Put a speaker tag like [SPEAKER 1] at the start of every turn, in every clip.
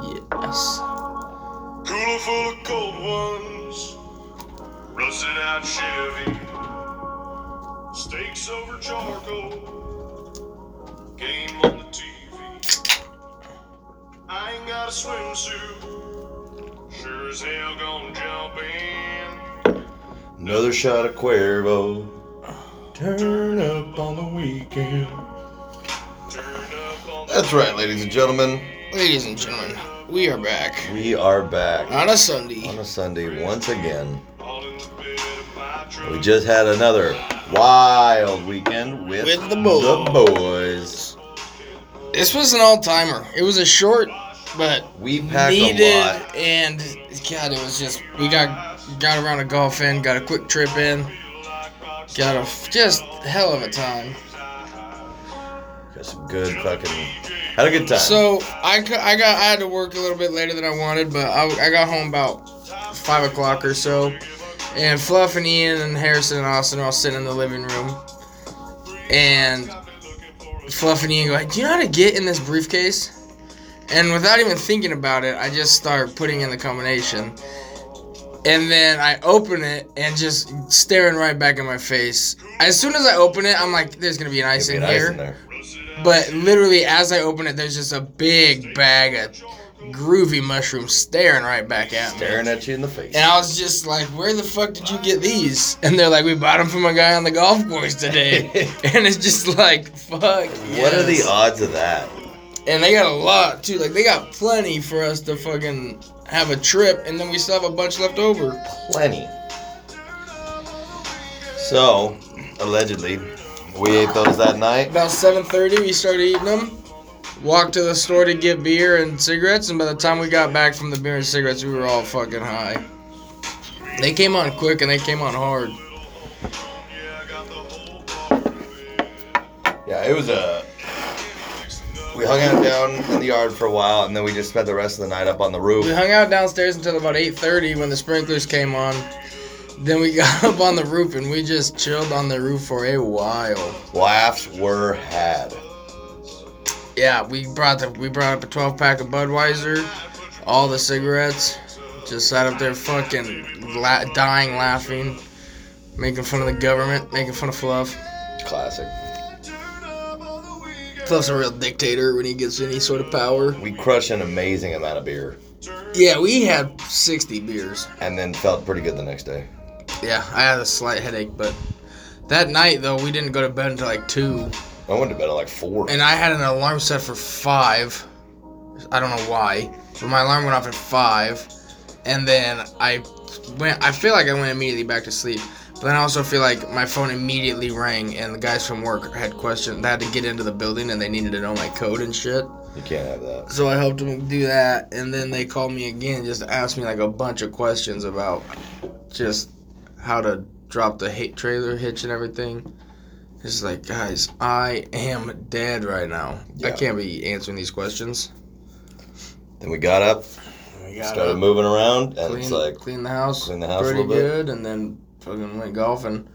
[SPEAKER 1] Nice.
[SPEAKER 2] Cooler full of cold ones, rusted out Chevy, steaks over charcoal, game on the TV. I ain't got a swimsuit, sure as hell gonna jump in. Another shot of Cuervo. Turn up on the weekend. Turn up on the
[SPEAKER 3] That's right, ladies and gentlemen.
[SPEAKER 1] Ladies and gentlemen, we are back
[SPEAKER 3] We are back
[SPEAKER 1] on a Sunday.
[SPEAKER 3] on a Sunday once again.
[SPEAKER 2] all in the bed of my truck.
[SPEAKER 3] We just had another wild weekend with,
[SPEAKER 1] With the boys.
[SPEAKER 3] the boys.
[SPEAKER 1] This was an all timer. It was a short, but
[SPEAKER 3] We packed
[SPEAKER 1] needed,
[SPEAKER 3] a lot.
[SPEAKER 1] and God, it was just we got got around a golf in, got a quick trip in, got a f- just hell of a time.
[SPEAKER 3] Got some good fucking. Had a good time.
[SPEAKER 1] So I, cou- I got I had to work a little bit later than I wanted, but I, I got home about five o'clock or so, and Fluff and Ian and Harrison and Austin are all sitting in the living room, and Fluff and Ian go, "Do you know how to get in this briefcase?" And without even thinking about it, I just start putting in the combination. And then I open it and just staring right back in my face. As soon as I open it, I'm like, there's gonna be an ice,
[SPEAKER 3] It'd be
[SPEAKER 1] in,
[SPEAKER 3] nice
[SPEAKER 1] here.
[SPEAKER 3] in there.
[SPEAKER 1] But literally, as I open it, there's just a big bag of groovy mushrooms staring right back at me.
[SPEAKER 3] Staring at you in the face.
[SPEAKER 1] And I was just like, "Where the fuck did you get these?" And they're like, "We bought them from a guy on the golf course today." and it's just like, "Fuck."
[SPEAKER 3] What are the
[SPEAKER 1] yes.
[SPEAKER 3] odds of that?
[SPEAKER 1] And they got a lot too. Like they got plenty for us to fucking have a trip, and then we still have a bunch left over.
[SPEAKER 3] Plenty. So, allegedly, we ate those that night.
[SPEAKER 1] About 7:30, we started eating them. Walked to the store to get beer and cigarettes, and by the time we got back from the beer and cigarettes, we were all fucking high. They came on quick and they came on hard.
[SPEAKER 3] Yeah, it was a. We hung out down in the yard for a while, and then we just spent the rest of the night up on the roof.
[SPEAKER 1] We hung out downstairs until about 8:30 when the sprinklers came on. Then we got up on the roof and we just chilled on the roof for a while.
[SPEAKER 3] Laughs were had.
[SPEAKER 1] Yeah, we brought the we brought up a 12 pack of Budweiser, all the cigarettes, just sat up there fucking la- dying laughing, making fun of the government, making fun of Fluff.
[SPEAKER 3] Classic.
[SPEAKER 1] Fluff's a real dictator when he gets any sort of power.
[SPEAKER 3] We crushed an amazing amount of beer,
[SPEAKER 1] Yeah, we had 60 beers.
[SPEAKER 3] and then felt pretty good the next day.
[SPEAKER 1] Yeah, I had a slight headache, but that night though we didn't go to bed until like two,
[SPEAKER 3] I went to bed at like four.
[SPEAKER 1] and I had an alarm set for five. I don't know why, but my alarm went off at five, and then I went. I feel like I went immediately back to sleep, but then I also feel like my phone immediately rang, and the guys from work had questioned. They had to get into the building, and they needed to know my code and shit.
[SPEAKER 3] You can't have that.
[SPEAKER 1] So I helped them do that, and then they called me again just to ask me like a bunch of questions about just how to drop the hit trailer hitch and everything. It's like, guys, I am dead right now. I
[SPEAKER 3] Yeah.
[SPEAKER 1] can't be answering these questions.
[SPEAKER 3] Then we got up, started moving around, and
[SPEAKER 1] clean,
[SPEAKER 3] it's like
[SPEAKER 1] clean the house,
[SPEAKER 3] clean the house a
[SPEAKER 1] pretty
[SPEAKER 3] little bit.
[SPEAKER 1] good, and then fucking went golfing.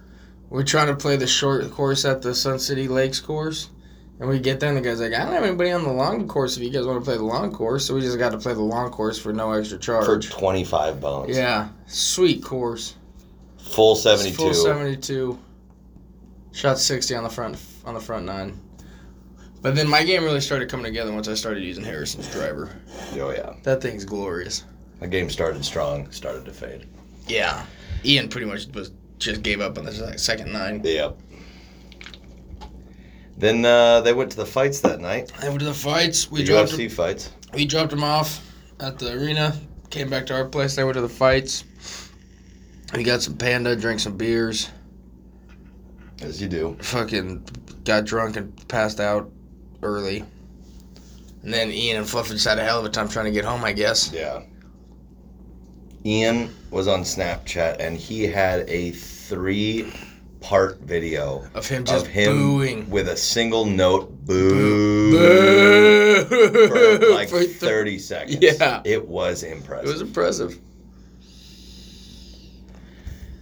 [SPEAKER 1] We're trying to play the short course at the Sun City Lakes course, and we get there, and the guy's like, "I don't have anybody on the long course. If you guys want to play the long course, so we just got to play the long course for no extra
[SPEAKER 3] for
[SPEAKER 1] charge."
[SPEAKER 3] 25 bones.
[SPEAKER 1] yeah, sweet course.
[SPEAKER 3] Full
[SPEAKER 1] It's
[SPEAKER 3] 72.
[SPEAKER 1] Full seventy-two. Shot sixty on the front on the front nine. But then my game really started coming together once I started using Harrison's driver.
[SPEAKER 3] Oh, yeah.
[SPEAKER 1] That thing's glorious.
[SPEAKER 3] The game started strong, started to fade.
[SPEAKER 1] Yeah, Ian pretty much was just gave up on the se- second nine.
[SPEAKER 3] Yep. Then uh, they went to the fights that night.
[SPEAKER 1] Over to the fights. We
[SPEAKER 3] the
[SPEAKER 1] dropped
[SPEAKER 3] UFC fights.
[SPEAKER 1] we dropped him off at the arena. Came back to our place. They went to the fights. We got some panda, drank some beers,
[SPEAKER 3] As you do.
[SPEAKER 1] fucking got drunk and passed out early. And then Ian and Fluff just had a hell of a time trying to get home, I guess.
[SPEAKER 3] Yeah. Ian was on Snapchat and he had a three part video
[SPEAKER 1] Of him just
[SPEAKER 3] of him
[SPEAKER 1] booing.
[SPEAKER 3] with a single note boo, for
[SPEAKER 1] Boo!
[SPEAKER 3] like
[SPEAKER 1] For th-
[SPEAKER 3] 30 seconds.
[SPEAKER 1] Yeah.
[SPEAKER 3] It was
[SPEAKER 1] It
[SPEAKER 3] impressive.
[SPEAKER 1] was impressive.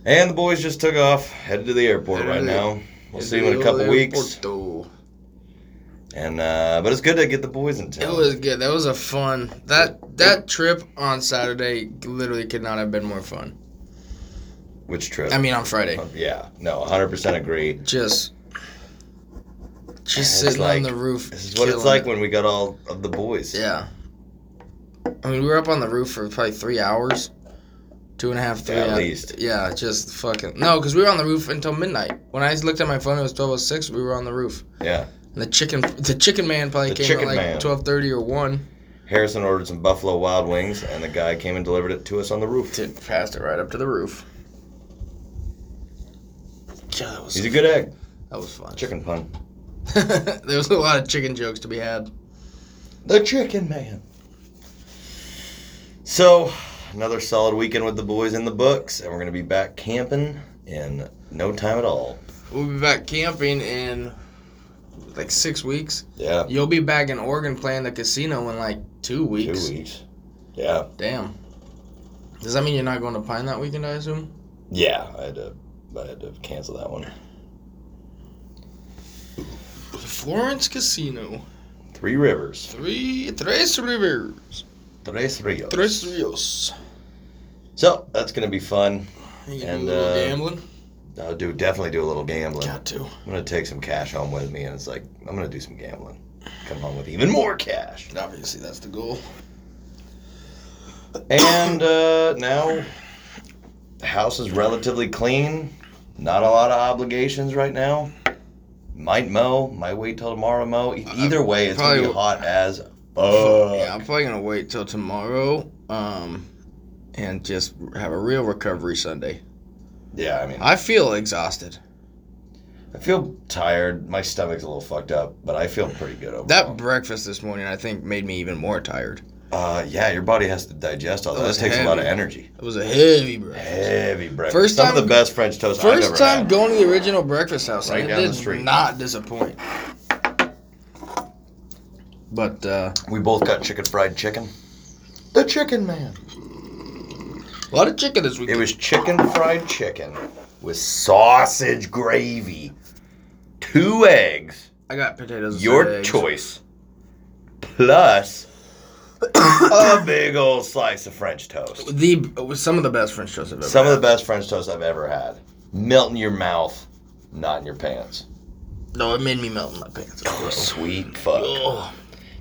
[SPEAKER 3] and the boys just took off, headed to the airport
[SPEAKER 1] Headed
[SPEAKER 3] right
[SPEAKER 1] to the-
[SPEAKER 3] now. We'll see you in a couple weeks.
[SPEAKER 1] Porto.
[SPEAKER 3] And uh, but it's good to get the boys in
[SPEAKER 1] It
[SPEAKER 3] town.
[SPEAKER 1] was good. That was a fun. That that trip on Saturday literally could not have been more fun.
[SPEAKER 3] Which trip?
[SPEAKER 1] I mean, on Friday,
[SPEAKER 3] yeah, no, 100 percent agree.
[SPEAKER 1] just just
[SPEAKER 3] It's
[SPEAKER 1] sitting on
[SPEAKER 3] like-
[SPEAKER 1] the roof.
[SPEAKER 3] This is what it's
[SPEAKER 1] killing
[SPEAKER 3] like
[SPEAKER 1] it.
[SPEAKER 3] when we got all of the boys.
[SPEAKER 1] Yeah. I mean, we were up on the roof for probably three hours, two and a half, three.
[SPEAKER 3] At
[SPEAKER 1] hours.
[SPEAKER 3] least.
[SPEAKER 1] Yeah, just fucking no, because we were on the roof until midnight. When I looked at my phone, it was twelve oh six. We were on the roof,
[SPEAKER 3] yeah.
[SPEAKER 1] and the chicken, the chicken man probably
[SPEAKER 3] The
[SPEAKER 1] came at
[SPEAKER 3] chicken
[SPEAKER 1] like
[SPEAKER 3] man.
[SPEAKER 1] twelve thirty or one.
[SPEAKER 3] Harrison ordered some buffalo wild wings, and the guy came and delivered it to us on the roof.
[SPEAKER 1] Dude, passed it right up to the roof. Yeah, that was
[SPEAKER 3] He's a good egg.
[SPEAKER 1] that was fun.
[SPEAKER 3] Chicken pun.
[SPEAKER 1] there was a lot of chicken jokes to be had.
[SPEAKER 3] The Chicken Man. So, another solid weekend with the boys in the books, and we're gonna be back camping in no time at all.
[SPEAKER 1] We'll be back camping in like six weeks.
[SPEAKER 3] Yeah.
[SPEAKER 1] You'll be back in Oregon playing the casino in like two weeks.
[SPEAKER 3] Two weeks. Yeah.
[SPEAKER 1] Damn. Does that mean you're not going to Pine that weekend? I assume.
[SPEAKER 3] Yeah. I had to. I had to cancel that one.
[SPEAKER 1] The Florence Casino.
[SPEAKER 3] Three Rivers.
[SPEAKER 1] Three, tres rivers,
[SPEAKER 3] Tres Rios.
[SPEAKER 1] tres rios.
[SPEAKER 3] So that's gonna be fun.
[SPEAKER 1] You can
[SPEAKER 3] And,
[SPEAKER 1] do a little
[SPEAKER 3] uh,
[SPEAKER 1] gambling.
[SPEAKER 3] I'll do definitely do a little gambling.
[SPEAKER 1] Got to.
[SPEAKER 3] I'm gonna take some cash home with me, and it's like I'm gonna do some gambling. Come home with even more cash.
[SPEAKER 1] Obviously, that's the goal.
[SPEAKER 3] And uh, now the house is relatively clean. Not a lot of obligations right now. Might mow. Might wait till tomorrow to mow. E- Either way, it's gonna be
[SPEAKER 1] Uh, Probably-
[SPEAKER 3] hot as fuck.
[SPEAKER 1] yeah, I'm probably gonna wait till tomorrow, um, and just have a real recovery Sunday.
[SPEAKER 3] Yeah, I mean,
[SPEAKER 1] I feel exhausted.
[SPEAKER 3] I feel tired. My stomach's a little fucked up, but I feel pretty good overall.
[SPEAKER 1] That breakfast this morning, I think, made me even more tired.
[SPEAKER 3] uh, yeah, your body has to digest all that.
[SPEAKER 1] That
[SPEAKER 3] That
[SPEAKER 1] was
[SPEAKER 3] takes a lot of
[SPEAKER 1] heavy.
[SPEAKER 3] energy.
[SPEAKER 1] It was a heavy breakfast.
[SPEAKER 3] Heavy breakfast.
[SPEAKER 1] First
[SPEAKER 3] Some
[SPEAKER 1] time-
[SPEAKER 3] of the best French toast I've
[SPEAKER 1] First
[SPEAKER 3] ever
[SPEAKER 1] time
[SPEAKER 3] had.
[SPEAKER 1] going to the original breakfast house,
[SPEAKER 3] Right
[SPEAKER 1] and it
[SPEAKER 3] down the
[SPEAKER 1] did
[SPEAKER 3] street.
[SPEAKER 1] not disappoint. But uh,
[SPEAKER 3] we both got chicken fried chicken. The chicken man.
[SPEAKER 1] a lot of chicken this week.
[SPEAKER 3] It was chicken fried chicken with sausage gravy, two eggs,
[SPEAKER 1] I got potatoes. instead
[SPEAKER 3] your
[SPEAKER 1] of eggs.
[SPEAKER 3] choice, plus a big old slice of French toast.
[SPEAKER 1] The it was some of the best French toast I've ever.
[SPEAKER 3] Some of the best French toast I've ever had. Melt in your mouth, not in your pants.
[SPEAKER 1] the no, it made me melt in my pants.
[SPEAKER 3] Oh, Sweet fuck.
[SPEAKER 1] Oh,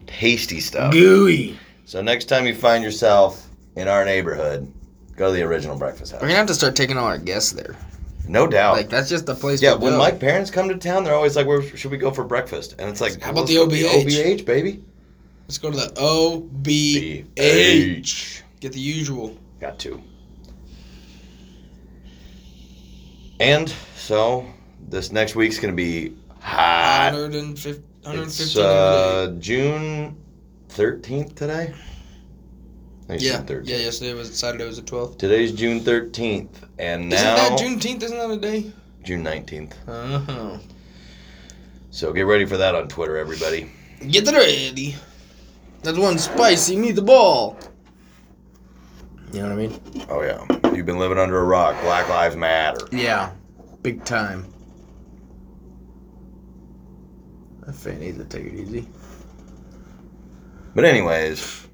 [SPEAKER 3] Tasty stuff.
[SPEAKER 1] gooey.
[SPEAKER 3] So next time you find yourself in our neighborhood, go to the original breakfast
[SPEAKER 1] We're gonna
[SPEAKER 3] house.
[SPEAKER 1] have to start taking all our guests there.
[SPEAKER 3] No doubt.
[SPEAKER 1] Like that's just the place.
[SPEAKER 3] Yeah,
[SPEAKER 1] to
[SPEAKER 3] when
[SPEAKER 1] go.
[SPEAKER 3] my parents come to town, they're always like, "Where should we go for breakfast?" And it's like,
[SPEAKER 1] How about
[SPEAKER 3] "Let's
[SPEAKER 1] the
[SPEAKER 3] go to
[SPEAKER 1] OBH?
[SPEAKER 3] OBH, baby."
[SPEAKER 1] let's go to the O B H. Get the usual.
[SPEAKER 3] Got two. And so this next week's gonna be hot.
[SPEAKER 1] 150, 115
[SPEAKER 3] It's
[SPEAKER 1] every day.
[SPEAKER 3] uh, June thirteenth today. I think it's
[SPEAKER 1] yeah,
[SPEAKER 3] June 13th.
[SPEAKER 1] yeah. Yesterday was Saturday. Was the twelfth.
[SPEAKER 3] Today's June thirteenth, and
[SPEAKER 1] Isn't
[SPEAKER 3] now
[SPEAKER 1] that Juneteenth? Isn't that a day?
[SPEAKER 3] June nineteenth.
[SPEAKER 1] Uh huh.
[SPEAKER 3] So get ready for that on Twitter, everybody.
[SPEAKER 1] Get ready. That's one spicy meatball. You know what I mean?
[SPEAKER 3] Oh yeah, you've been living under a rock. Black Lives Matter.
[SPEAKER 1] Yeah. Big time. That fan needs to take it easy.
[SPEAKER 3] But anyways,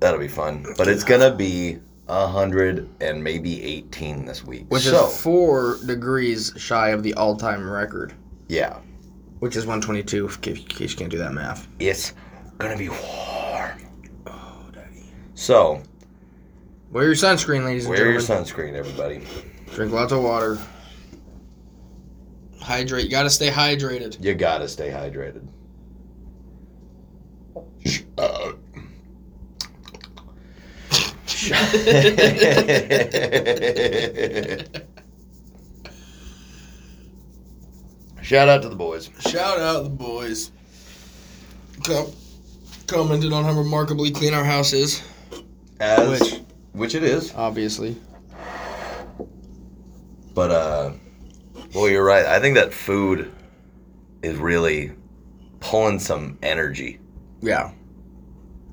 [SPEAKER 3] that'll be fun. But it's gonna be hundred and maybe eighteen this week.
[SPEAKER 1] Which
[SPEAKER 3] so,
[SPEAKER 1] is four degrees shy of the all time record,
[SPEAKER 3] yeah,
[SPEAKER 1] which is 122, in case- in case you can't do that math.
[SPEAKER 3] it's gonna be warm.
[SPEAKER 1] Oh, daddy.
[SPEAKER 3] So
[SPEAKER 1] Wear your sunscreen, ladies and
[SPEAKER 3] wear your
[SPEAKER 1] gentlemen.
[SPEAKER 3] sunscreen, everybody.
[SPEAKER 1] Drink lots of water. Hydrate. You gotta stay hydrated.
[SPEAKER 3] You gotta stay hydrated. Shout out to the boys.
[SPEAKER 1] Shout out the boys. Com- commented on how remarkably clean our house is.
[SPEAKER 3] As
[SPEAKER 1] Which-
[SPEAKER 3] which, it is.
[SPEAKER 1] Obviously.
[SPEAKER 3] But uh boy, you're right. I think that food is really pulling some energy.
[SPEAKER 1] Yeah.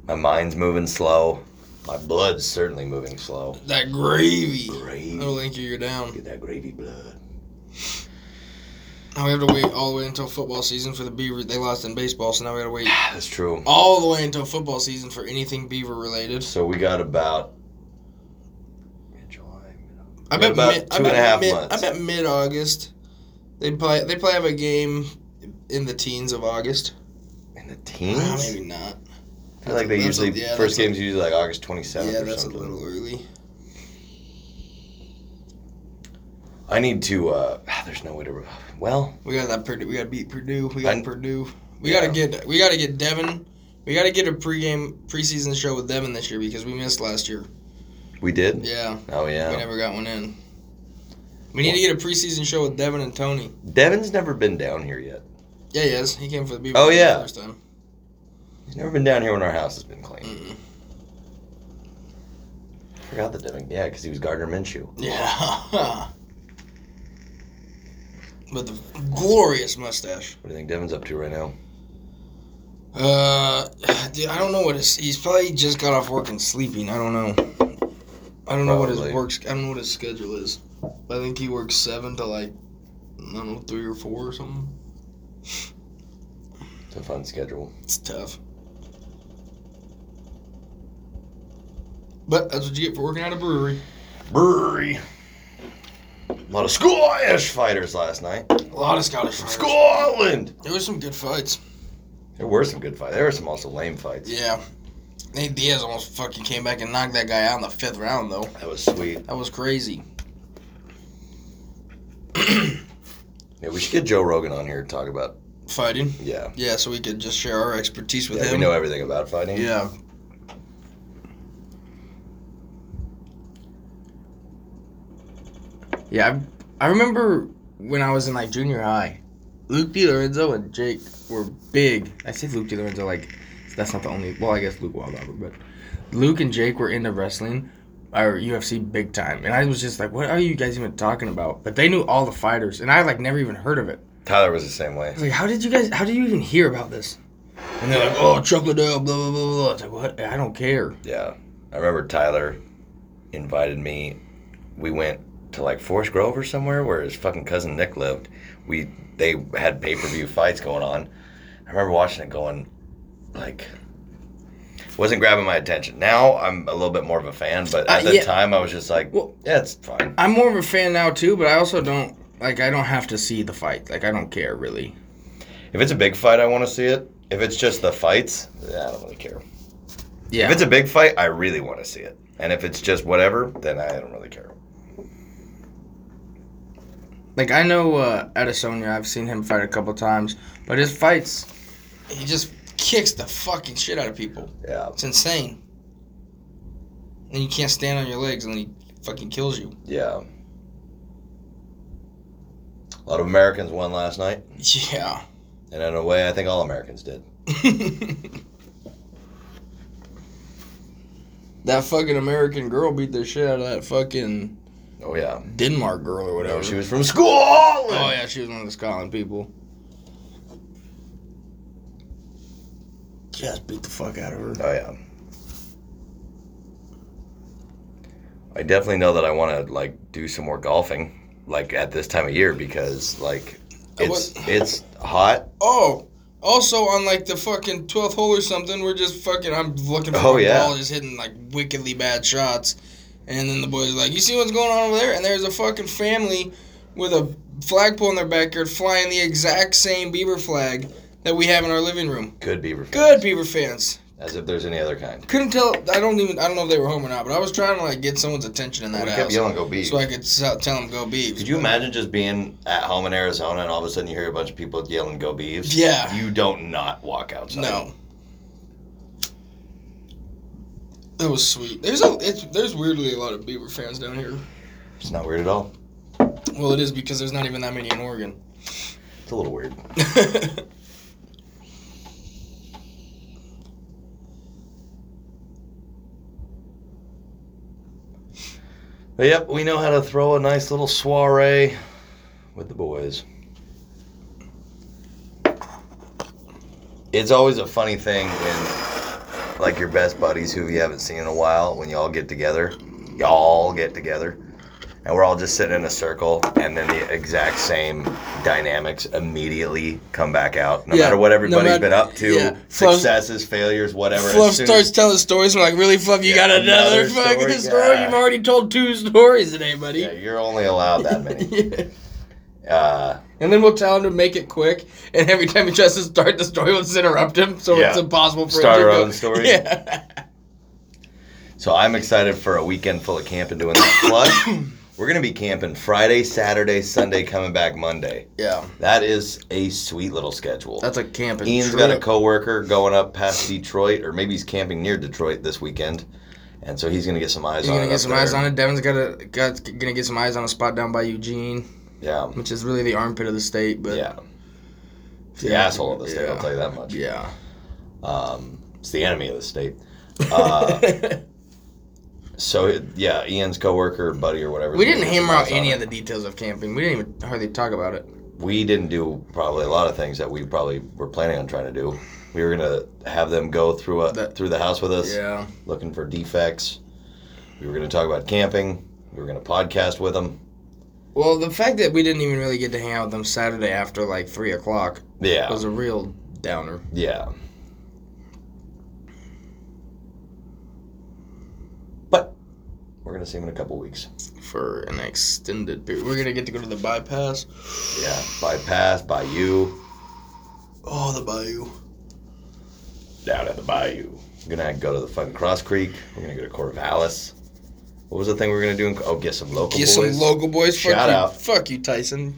[SPEAKER 3] My mind's moving slow. My blood's certainly moving slow.
[SPEAKER 1] That gravy.
[SPEAKER 3] Gravy.
[SPEAKER 1] That'll link you, you're down.
[SPEAKER 3] Get that gravy blood.
[SPEAKER 1] Now we have to wait all the way until football season for the Beavers. They lost in baseball, so now we got to wait
[SPEAKER 3] That's true.
[SPEAKER 1] all the way until football season for anything Beaver related.
[SPEAKER 3] So we got about. July.
[SPEAKER 1] I
[SPEAKER 3] We got
[SPEAKER 1] bet
[SPEAKER 3] about
[SPEAKER 1] mid,
[SPEAKER 3] two
[SPEAKER 1] I
[SPEAKER 3] and a
[SPEAKER 1] bet
[SPEAKER 3] half
[SPEAKER 1] mid,
[SPEAKER 3] months.
[SPEAKER 1] I bet mid August. They play. They play have a game in the teens of August.
[SPEAKER 3] In the
[SPEAKER 1] Ah,
[SPEAKER 3] teens?
[SPEAKER 1] maybe not.
[SPEAKER 3] I feel like they
[SPEAKER 1] That's a-
[SPEAKER 3] usually.
[SPEAKER 1] yeah,
[SPEAKER 3] first
[SPEAKER 1] that's a-
[SPEAKER 3] game's usually like August 27th
[SPEAKER 1] yeah,
[SPEAKER 3] or
[SPEAKER 1] that's
[SPEAKER 3] something.
[SPEAKER 1] a little early.
[SPEAKER 3] I need to. uh ah, There's no way to. Well,
[SPEAKER 1] We got that. Purdue, we got to beat Purdue. We got
[SPEAKER 3] I-
[SPEAKER 1] Purdue. We
[SPEAKER 3] Yeah.
[SPEAKER 1] got to get. We got to get Devin. We got to get a pregame preseason show with Devin this year because we missed last year.
[SPEAKER 3] we did.
[SPEAKER 1] Yeah,
[SPEAKER 3] Oh
[SPEAKER 1] we
[SPEAKER 3] yeah.
[SPEAKER 1] never got one in. We need to get a preseason show with Devin and Tony.
[SPEAKER 3] Devin's never been down here yet.
[SPEAKER 1] Yeah, he is. He came for the Beaver.
[SPEAKER 3] Oh,
[SPEAKER 1] the
[SPEAKER 3] yeah.
[SPEAKER 1] first time.
[SPEAKER 3] He's never been down here when our house has been clean.
[SPEAKER 1] Mm-mm.
[SPEAKER 3] Forgot that Devin. Yeah, because he was Gardner Minshew.
[SPEAKER 1] Yeah. With the glorious mustache.
[SPEAKER 3] What do you think Devin's up to right now?
[SPEAKER 1] Uh, dude, I don't know what his. He's probably just got off work and sleeping. I don't know. I don't know what his
[SPEAKER 3] Probably.
[SPEAKER 1] work. I don't know what his schedule is. I think he works seven to like I don't know three or four or something.
[SPEAKER 3] It's a fun schedule.
[SPEAKER 1] It's tough. But that's what you get for working at a brewery.
[SPEAKER 3] Brewery. A lot of Scottish fighters last night.
[SPEAKER 1] A lot of Scottish fighters.
[SPEAKER 3] Scotland.
[SPEAKER 1] There were some good fights.
[SPEAKER 3] There were some good fights. There were some also lame fights.
[SPEAKER 1] Yeah. Nate Diaz almost fucking came back and knocked that guy out in the fifth round though.
[SPEAKER 3] That was sweet.
[SPEAKER 1] That was crazy.
[SPEAKER 3] Yeah, we should get Joe Rogan on here to talk about.
[SPEAKER 1] Fighting.
[SPEAKER 3] Yeah.
[SPEAKER 1] Yeah, so we could just share our expertise with
[SPEAKER 3] yeah we
[SPEAKER 1] him.
[SPEAKER 3] know everything about fighting.
[SPEAKER 1] Yeah. Yeah, I, I remember when I was in like junior high, Luke DiLorenzo and Jake were big. I say Luke DiLorenzo like that's not the only. Well, I guess Luke Wildauber, but Luke and Jake were into wrestling or UFC big time, and I was just like, "What are you guys even talking about?" But they knew all the fighters, and I like never even heard of it.
[SPEAKER 3] Tyler was the same way.
[SPEAKER 1] I was like, how did you guys, how did you even hear about this? And they're like, oh, Chuck Liddell, blah, blah, blah, blah. It's like, what? I don't care.
[SPEAKER 3] Yeah. I remember Tyler invited me. We went to like Forest Grove or somewhere where his fucking cousin Nick lived. We they had pay per view fights going on. I remember watching it going like wasn't grabbing my attention. Now I'm a little bit more of a fan, but at
[SPEAKER 1] Uh,
[SPEAKER 3] the
[SPEAKER 1] yeah.
[SPEAKER 3] time I was just like,
[SPEAKER 1] Well-
[SPEAKER 3] yeah, it's fine.
[SPEAKER 1] I'm more of a fan now, too, but I also don't, like, I don't have to see the fight. Like, I don't care, really.
[SPEAKER 3] If it's a big fight, I want to see it. If it's just the fights, yeah, I don't really care.
[SPEAKER 1] Yeah.
[SPEAKER 3] If it's a big fight, I really want to see it. And if it's just whatever, then I don't really care.
[SPEAKER 1] like, I know uh, Adesonia, I've seen him fight a couple times, but his fights, he just kicks the fucking shit out of people.
[SPEAKER 3] Yeah,
[SPEAKER 1] It's insane. And you can't stand on your legs, and he fucking kills you.
[SPEAKER 3] yeah. A lot of Americans won last night,
[SPEAKER 1] Yeah.
[SPEAKER 3] and in a way, I think all Americans did.
[SPEAKER 1] that fucking American girl beat the shit out of that fucking
[SPEAKER 3] Oh yeah,
[SPEAKER 1] Denmark girl or whatever.
[SPEAKER 3] no, she was from Scotland.
[SPEAKER 1] oh yeah, she was one of the Scotland people. Just beat the fuck out of her.
[SPEAKER 3] Oh yeah. I definitely know that I want to like do some more golfing, like at this time of year because like
[SPEAKER 1] I
[SPEAKER 3] it's it's hot.
[SPEAKER 1] Oh, also on like the fucking twelfth hole or something, we're just fucking. I'm looking for
[SPEAKER 3] Oh,
[SPEAKER 1] the
[SPEAKER 3] yeah.
[SPEAKER 1] ball, just hitting like wickedly bad shots, and then the boys are like, "You see what's going on over there?" And there's a fucking family with a flagpole in their backyard flying the exact same Beaver flag that we have in our living room.
[SPEAKER 3] Good beaver.
[SPEAKER 1] Good
[SPEAKER 3] fans,
[SPEAKER 1] Beaver fans.
[SPEAKER 3] As if there's any other kind.
[SPEAKER 1] Couldn't tell. I don't even. I don't know if they were home or not, but I was trying to like get someone's attention in
[SPEAKER 3] We
[SPEAKER 1] that
[SPEAKER 3] kept
[SPEAKER 1] house,
[SPEAKER 3] yelling, "Go beef."
[SPEAKER 1] so I could s- tell them go Beavs.
[SPEAKER 3] Could you
[SPEAKER 1] but-
[SPEAKER 3] imagine just being at home in Arizona and all of a sudden you hear a bunch of people yelling "Go Beavs"?
[SPEAKER 1] Yeah.
[SPEAKER 3] You don't not walk outside.
[SPEAKER 1] No. That was sweet. There's a it's, there's weirdly a lot of Beaver fans down here.
[SPEAKER 3] It's not weird at all.
[SPEAKER 1] Well, it is because there's not even that many in Oregon.
[SPEAKER 3] It's a little weird. But yep, we know how to throw a nice little soiree with the boys. It's always a funny thing when, like, your best buddies who you haven't seen in a while, when y'all get together, y'all get together, and we're all just sitting in a circle, and then the exact same dynamics immediately come back out, no
[SPEAKER 1] Yeah,
[SPEAKER 3] matter what
[SPEAKER 1] no
[SPEAKER 3] everybody's
[SPEAKER 1] matter-
[SPEAKER 3] been up to,
[SPEAKER 1] yeah. Fluff-
[SPEAKER 3] successes, failures, whatever. as
[SPEAKER 1] Fluff
[SPEAKER 3] soon
[SPEAKER 1] starts
[SPEAKER 3] as-
[SPEAKER 1] telling stories. We're like, really, Fluff? You
[SPEAKER 3] Yeah,
[SPEAKER 1] got another,
[SPEAKER 3] another
[SPEAKER 1] fucking
[SPEAKER 3] story?
[SPEAKER 1] story?
[SPEAKER 3] Yeah.
[SPEAKER 1] You've already told two stories today, buddy.
[SPEAKER 3] yeah, you're only allowed that many.
[SPEAKER 1] Yeah.
[SPEAKER 3] Uh,
[SPEAKER 1] And then we'll tell him to make it quick. And every time he tries to start the story, we'll just interrupt him, so
[SPEAKER 3] Yeah.
[SPEAKER 1] it's impossible for
[SPEAKER 3] Start
[SPEAKER 1] him to
[SPEAKER 3] our
[SPEAKER 1] go-
[SPEAKER 3] own story?
[SPEAKER 1] Yeah.
[SPEAKER 3] So I'm excited for a weekend full of camping doing that. Plus, we're gonna be camping Friday, Saturday, Sunday, coming back Monday.
[SPEAKER 1] Yeah.
[SPEAKER 3] That is a sweet little schedule.
[SPEAKER 1] That's a camping.
[SPEAKER 3] Ian's
[SPEAKER 1] trip.
[SPEAKER 3] got a coworker going up past Detroit, or maybe he's camping near Detroit this weekend, and so he's gonna get some eyes
[SPEAKER 1] He's
[SPEAKER 3] on
[SPEAKER 1] gonna
[SPEAKER 3] it.
[SPEAKER 1] get
[SPEAKER 3] up
[SPEAKER 1] some
[SPEAKER 3] there.
[SPEAKER 1] eyes on it. Devin's got a got gonna get some eyes on a spot down by Eugene,
[SPEAKER 3] Yeah,
[SPEAKER 1] which is really the armpit of the state. But
[SPEAKER 3] yeah. It's the asshole of the state. I'll tell you that much.
[SPEAKER 1] Yeah.
[SPEAKER 3] Um, it's the enemy of the state. Uh, so it- yeah, Ian's coworker, buddy, or whatever.
[SPEAKER 1] we didn't hammer out
[SPEAKER 3] of.
[SPEAKER 1] any of the details of camping. We didn't even hardly talk about it.
[SPEAKER 3] we didn't do probably a lot of things that we probably were planning on trying to do. We were gonna have them go through a,
[SPEAKER 1] That-
[SPEAKER 3] through the house with us,
[SPEAKER 1] Yeah.
[SPEAKER 3] looking for defects. We were gonna talk about camping. We were gonna podcast with them.
[SPEAKER 1] Well, the fact that we didn't even really get to hang out with them Saturday after like three o'clock
[SPEAKER 3] Yeah,
[SPEAKER 1] was a real downer.
[SPEAKER 3] yeah. But we're gonna see them in a couple weeks.
[SPEAKER 1] for an extended period. We're gonna get to go to the bypass.
[SPEAKER 3] Yeah, by pass, by you,
[SPEAKER 1] Oh, the bayou.
[SPEAKER 3] down at the bayou. We're gonna go to the fucking Cross Creek. We're gonna go to Corvallis. What was the thing we were gonna do? In, oh, get some local
[SPEAKER 1] Get
[SPEAKER 3] boys.
[SPEAKER 1] some local boys. Fuck
[SPEAKER 3] Shout
[SPEAKER 1] you,
[SPEAKER 3] out.
[SPEAKER 1] Fuck you, Tyson.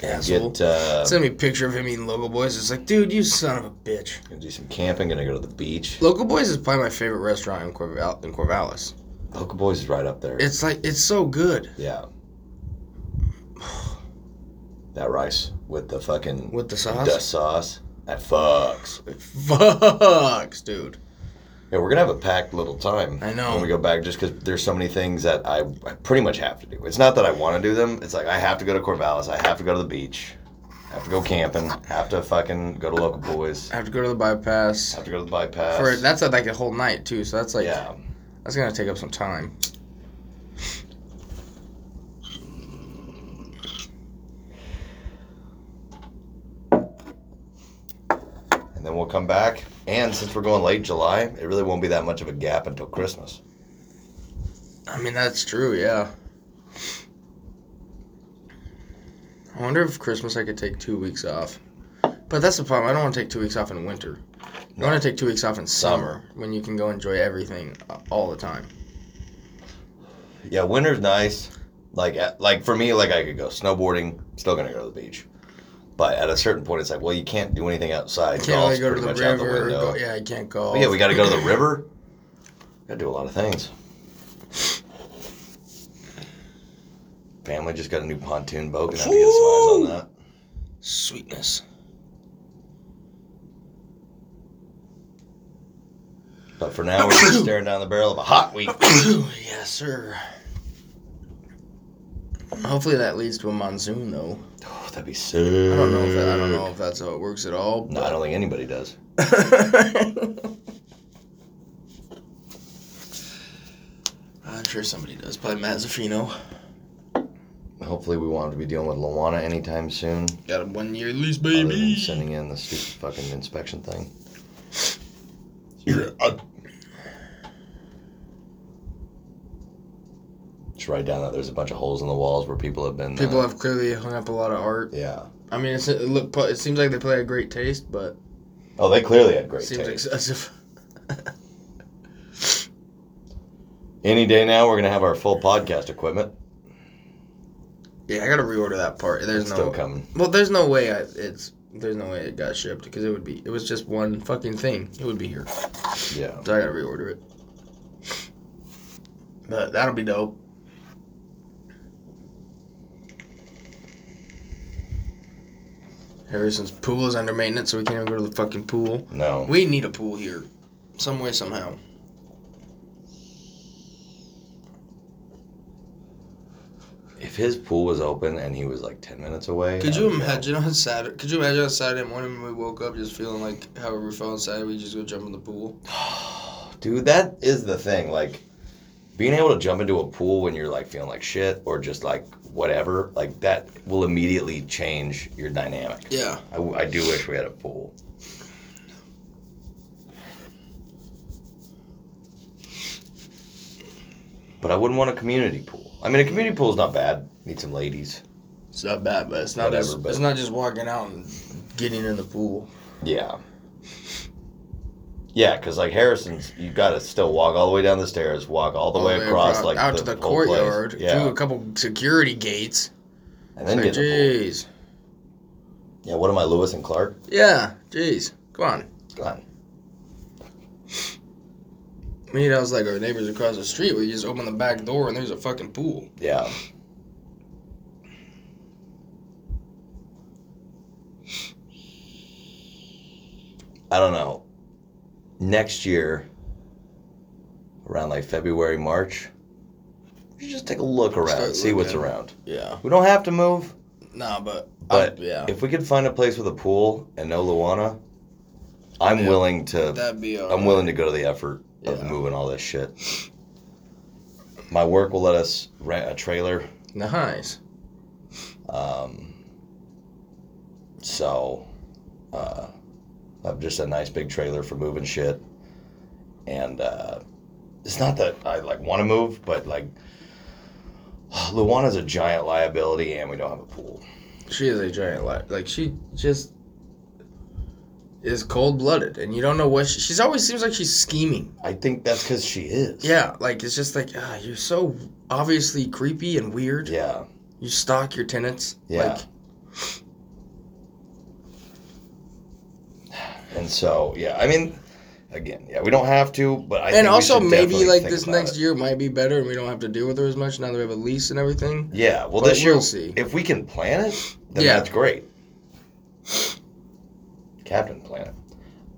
[SPEAKER 3] and
[SPEAKER 1] asshole.
[SPEAKER 3] get uh,
[SPEAKER 1] Send me a picture of him eating local boys. It's like, dude, you son of a bitch.
[SPEAKER 3] Gonna do some camping. Gonna go to the beach.
[SPEAKER 1] Local boys is probably my favorite restaurant in, Corval- in Corvallis.
[SPEAKER 3] Local Boys is right up there.
[SPEAKER 1] It's like it's so good
[SPEAKER 3] yeah. That rice with the fucking
[SPEAKER 1] with the sauce.
[SPEAKER 3] dust sauce. That fucks.
[SPEAKER 1] Fucks, dude.
[SPEAKER 3] Yeah, we're gonna have a packed little time.
[SPEAKER 1] I know.
[SPEAKER 3] When we go back, just because there's so many things that I, I pretty much have to do. It's not that I want to do them. It's like I have to go to Corvallis. I have to go to the beach. I have to go camping. I have to fucking go to Local Boys.
[SPEAKER 1] I have to go to the bypass.
[SPEAKER 3] I have to go to the bypass.
[SPEAKER 1] For that's like a whole night too, so that's like
[SPEAKER 3] yeah.
[SPEAKER 1] that's gonna take up some time.
[SPEAKER 3] And then we'll come back. And since we're going late July, it really won't be that much of a gap until Christmas.
[SPEAKER 1] I mean, that's true, yeah. I wonder if Christmas I could take two weeks off. But that's the problem. I don't want to take two weeks off in winter. I want to take two weeks off in summer when you can go enjoy everything uh, all the time.
[SPEAKER 3] Yeah, winter's nice. Like at, like for me, like I could go snowboarding. Still gonna go to the beach, but at a certain point, it's like, well, you can't do anything outside.
[SPEAKER 1] I can't really
[SPEAKER 3] Golf's
[SPEAKER 1] go to
[SPEAKER 3] pretty
[SPEAKER 1] the
[SPEAKER 3] much out
[SPEAKER 1] river. or
[SPEAKER 3] window.
[SPEAKER 1] go, yeah, I can't
[SPEAKER 3] But
[SPEAKER 1] go.
[SPEAKER 3] Oh, yeah, we got to go to the river. Got to do a lot of things. Family just got a new pontoon boat. Gonna have to get some eyes on
[SPEAKER 1] Woo!
[SPEAKER 3] that.
[SPEAKER 1] Sweetness.
[SPEAKER 3] But for now, we're just staring down the barrel of a hot week.
[SPEAKER 1] yes, sir. Hopefully that leads to a monsoon, though.
[SPEAKER 3] Oh, that'd be sick.
[SPEAKER 1] I don't know if that, I don't know if that's how it works at all.
[SPEAKER 3] No, I don't think anybody does.
[SPEAKER 1] I'm sure somebody does. Probably Matt Zaffino.
[SPEAKER 3] Hopefully, we won't have to be dealing with Luana anytime soon.
[SPEAKER 1] Got a one year lease,
[SPEAKER 3] Other than sending in the stupid fucking inspection thing. Just write down that there's a bunch of holes in the walls where people have been. uh,
[SPEAKER 1] People have clearly hung up a lot of art.
[SPEAKER 3] Yeah.
[SPEAKER 1] I mean, it's, it look. It seems like they play a great taste, but
[SPEAKER 3] Oh, they clearly had great
[SPEAKER 1] seems
[SPEAKER 3] taste.
[SPEAKER 1] excessive.
[SPEAKER 3] Any day now, we're gonna have our full podcast equipment.
[SPEAKER 1] Yeah, I gotta reorder that part. There's
[SPEAKER 3] It's
[SPEAKER 1] no.
[SPEAKER 3] still coming.
[SPEAKER 1] Well, there's no way I, it's. There's no way it got shipped because it would be. It was just one fucking thing. It would be here.
[SPEAKER 3] Yeah.
[SPEAKER 1] So I gotta reorder it. But that'll be dope. Harrison's pool is under maintenance, so we can't even go to the fucking pool.
[SPEAKER 3] No.
[SPEAKER 1] We need a pool here, some way, somehow.
[SPEAKER 3] if his pool was open and he was like ten minutes away,
[SPEAKER 1] Could
[SPEAKER 3] I
[SPEAKER 1] you
[SPEAKER 3] would go.
[SPEAKER 1] imagine on Saturday? Could you imagine on Saturday morning when we woke up just feeling like however we felt on Saturday, we just go jump in the pool?
[SPEAKER 3] Dude, that is the thing. Like, being able to jump into a pool when you're like feeling like shit or just like whatever, like that will immediately change your dynamic.
[SPEAKER 1] Yeah.
[SPEAKER 3] I, w- I do wish we had a pool. But I wouldn't want a community pool. I mean, a community pool is not bad. Need some ladies.
[SPEAKER 1] It's not bad, but it's not
[SPEAKER 3] Whatever,
[SPEAKER 1] just
[SPEAKER 3] but-
[SPEAKER 1] it's not just walking out and getting in the pool.
[SPEAKER 3] Yeah. Yeah, because like Harrison's, you got to still walk all the way down the stairs, walk all the way across, like
[SPEAKER 1] out to the
[SPEAKER 3] whole place.
[SPEAKER 1] courtyard
[SPEAKER 3] Yeah,
[SPEAKER 1] through a couple security gates.
[SPEAKER 3] and
[SPEAKER 1] It's
[SPEAKER 3] then
[SPEAKER 1] like,
[SPEAKER 3] get the pool.
[SPEAKER 1] jeez.
[SPEAKER 3] Yeah, what am I, Lewis and Clark?
[SPEAKER 1] Yeah, jeez. Come on.
[SPEAKER 3] God.
[SPEAKER 1] Me and I was like our neighbors across the street. We just open the back door and there's a fucking pool.
[SPEAKER 3] Yeah. I don't know. Next year, around like February, March, we should just take a look around,
[SPEAKER 1] Start
[SPEAKER 3] see what's
[SPEAKER 1] looking.
[SPEAKER 3] around.
[SPEAKER 1] Yeah.
[SPEAKER 3] We don't have to move,
[SPEAKER 1] Nah, but
[SPEAKER 3] but
[SPEAKER 1] I- yeah,
[SPEAKER 3] if we could find a place with a pool and no Luana, I'm
[SPEAKER 1] Yeah.
[SPEAKER 3] willing to.
[SPEAKER 1] that'd be. uh, All
[SPEAKER 3] I'm willing to go to the effort of
[SPEAKER 1] Yeah.
[SPEAKER 3] moving all this shit. My work will let us rent a trailer.
[SPEAKER 1] Nice.
[SPEAKER 3] Um, so, uh, I have just a nice big trailer for moving shit, and uh, it's not that I like want to move, but like, Luana's a giant liability, and we don't have a pool.
[SPEAKER 1] She is a giant liar. Like she just is cold blooded, and you don't know what she, she's always seems like she's scheming.
[SPEAKER 3] I think that's because she is.
[SPEAKER 1] Yeah, like it's just like ah, you're so obviously creepy and weird.
[SPEAKER 3] Yeah.
[SPEAKER 1] You stalk your tenants.
[SPEAKER 3] Yeah.
[SPEAKER 1] Like,
[SPEAKER 3] And so, yeah. I mean, again, yeah, we don't have to, but I think
[SPEAKER 1] and
[SPEAKER 3] we
[SPEAKER 1] also
[SPEAKER 3] should
[SPEAKER 1] maybe
[SPEAKER 3] definitely
[SPEAKER 1] like
[SPEAKER 3] think
[SPEAKER 1] this
[SPEAKER 3] about
[SPEAKER 1] next
[SPEAKER 3] it.
[SPEAKER 1] year might be better, and we don't have to deal with her as much now that we have a lease and everything.
[SPEAKER 3] Yeah, well,
[SPEAKER 1] But
[SPEAKER 3] this year,
[SPEAKER 1] we'll see.
[SPEAKER 3] if we can plan it, then
[SPEAKER 1] Yeah.
[SPEAKER 3] that's great. Captain Planet.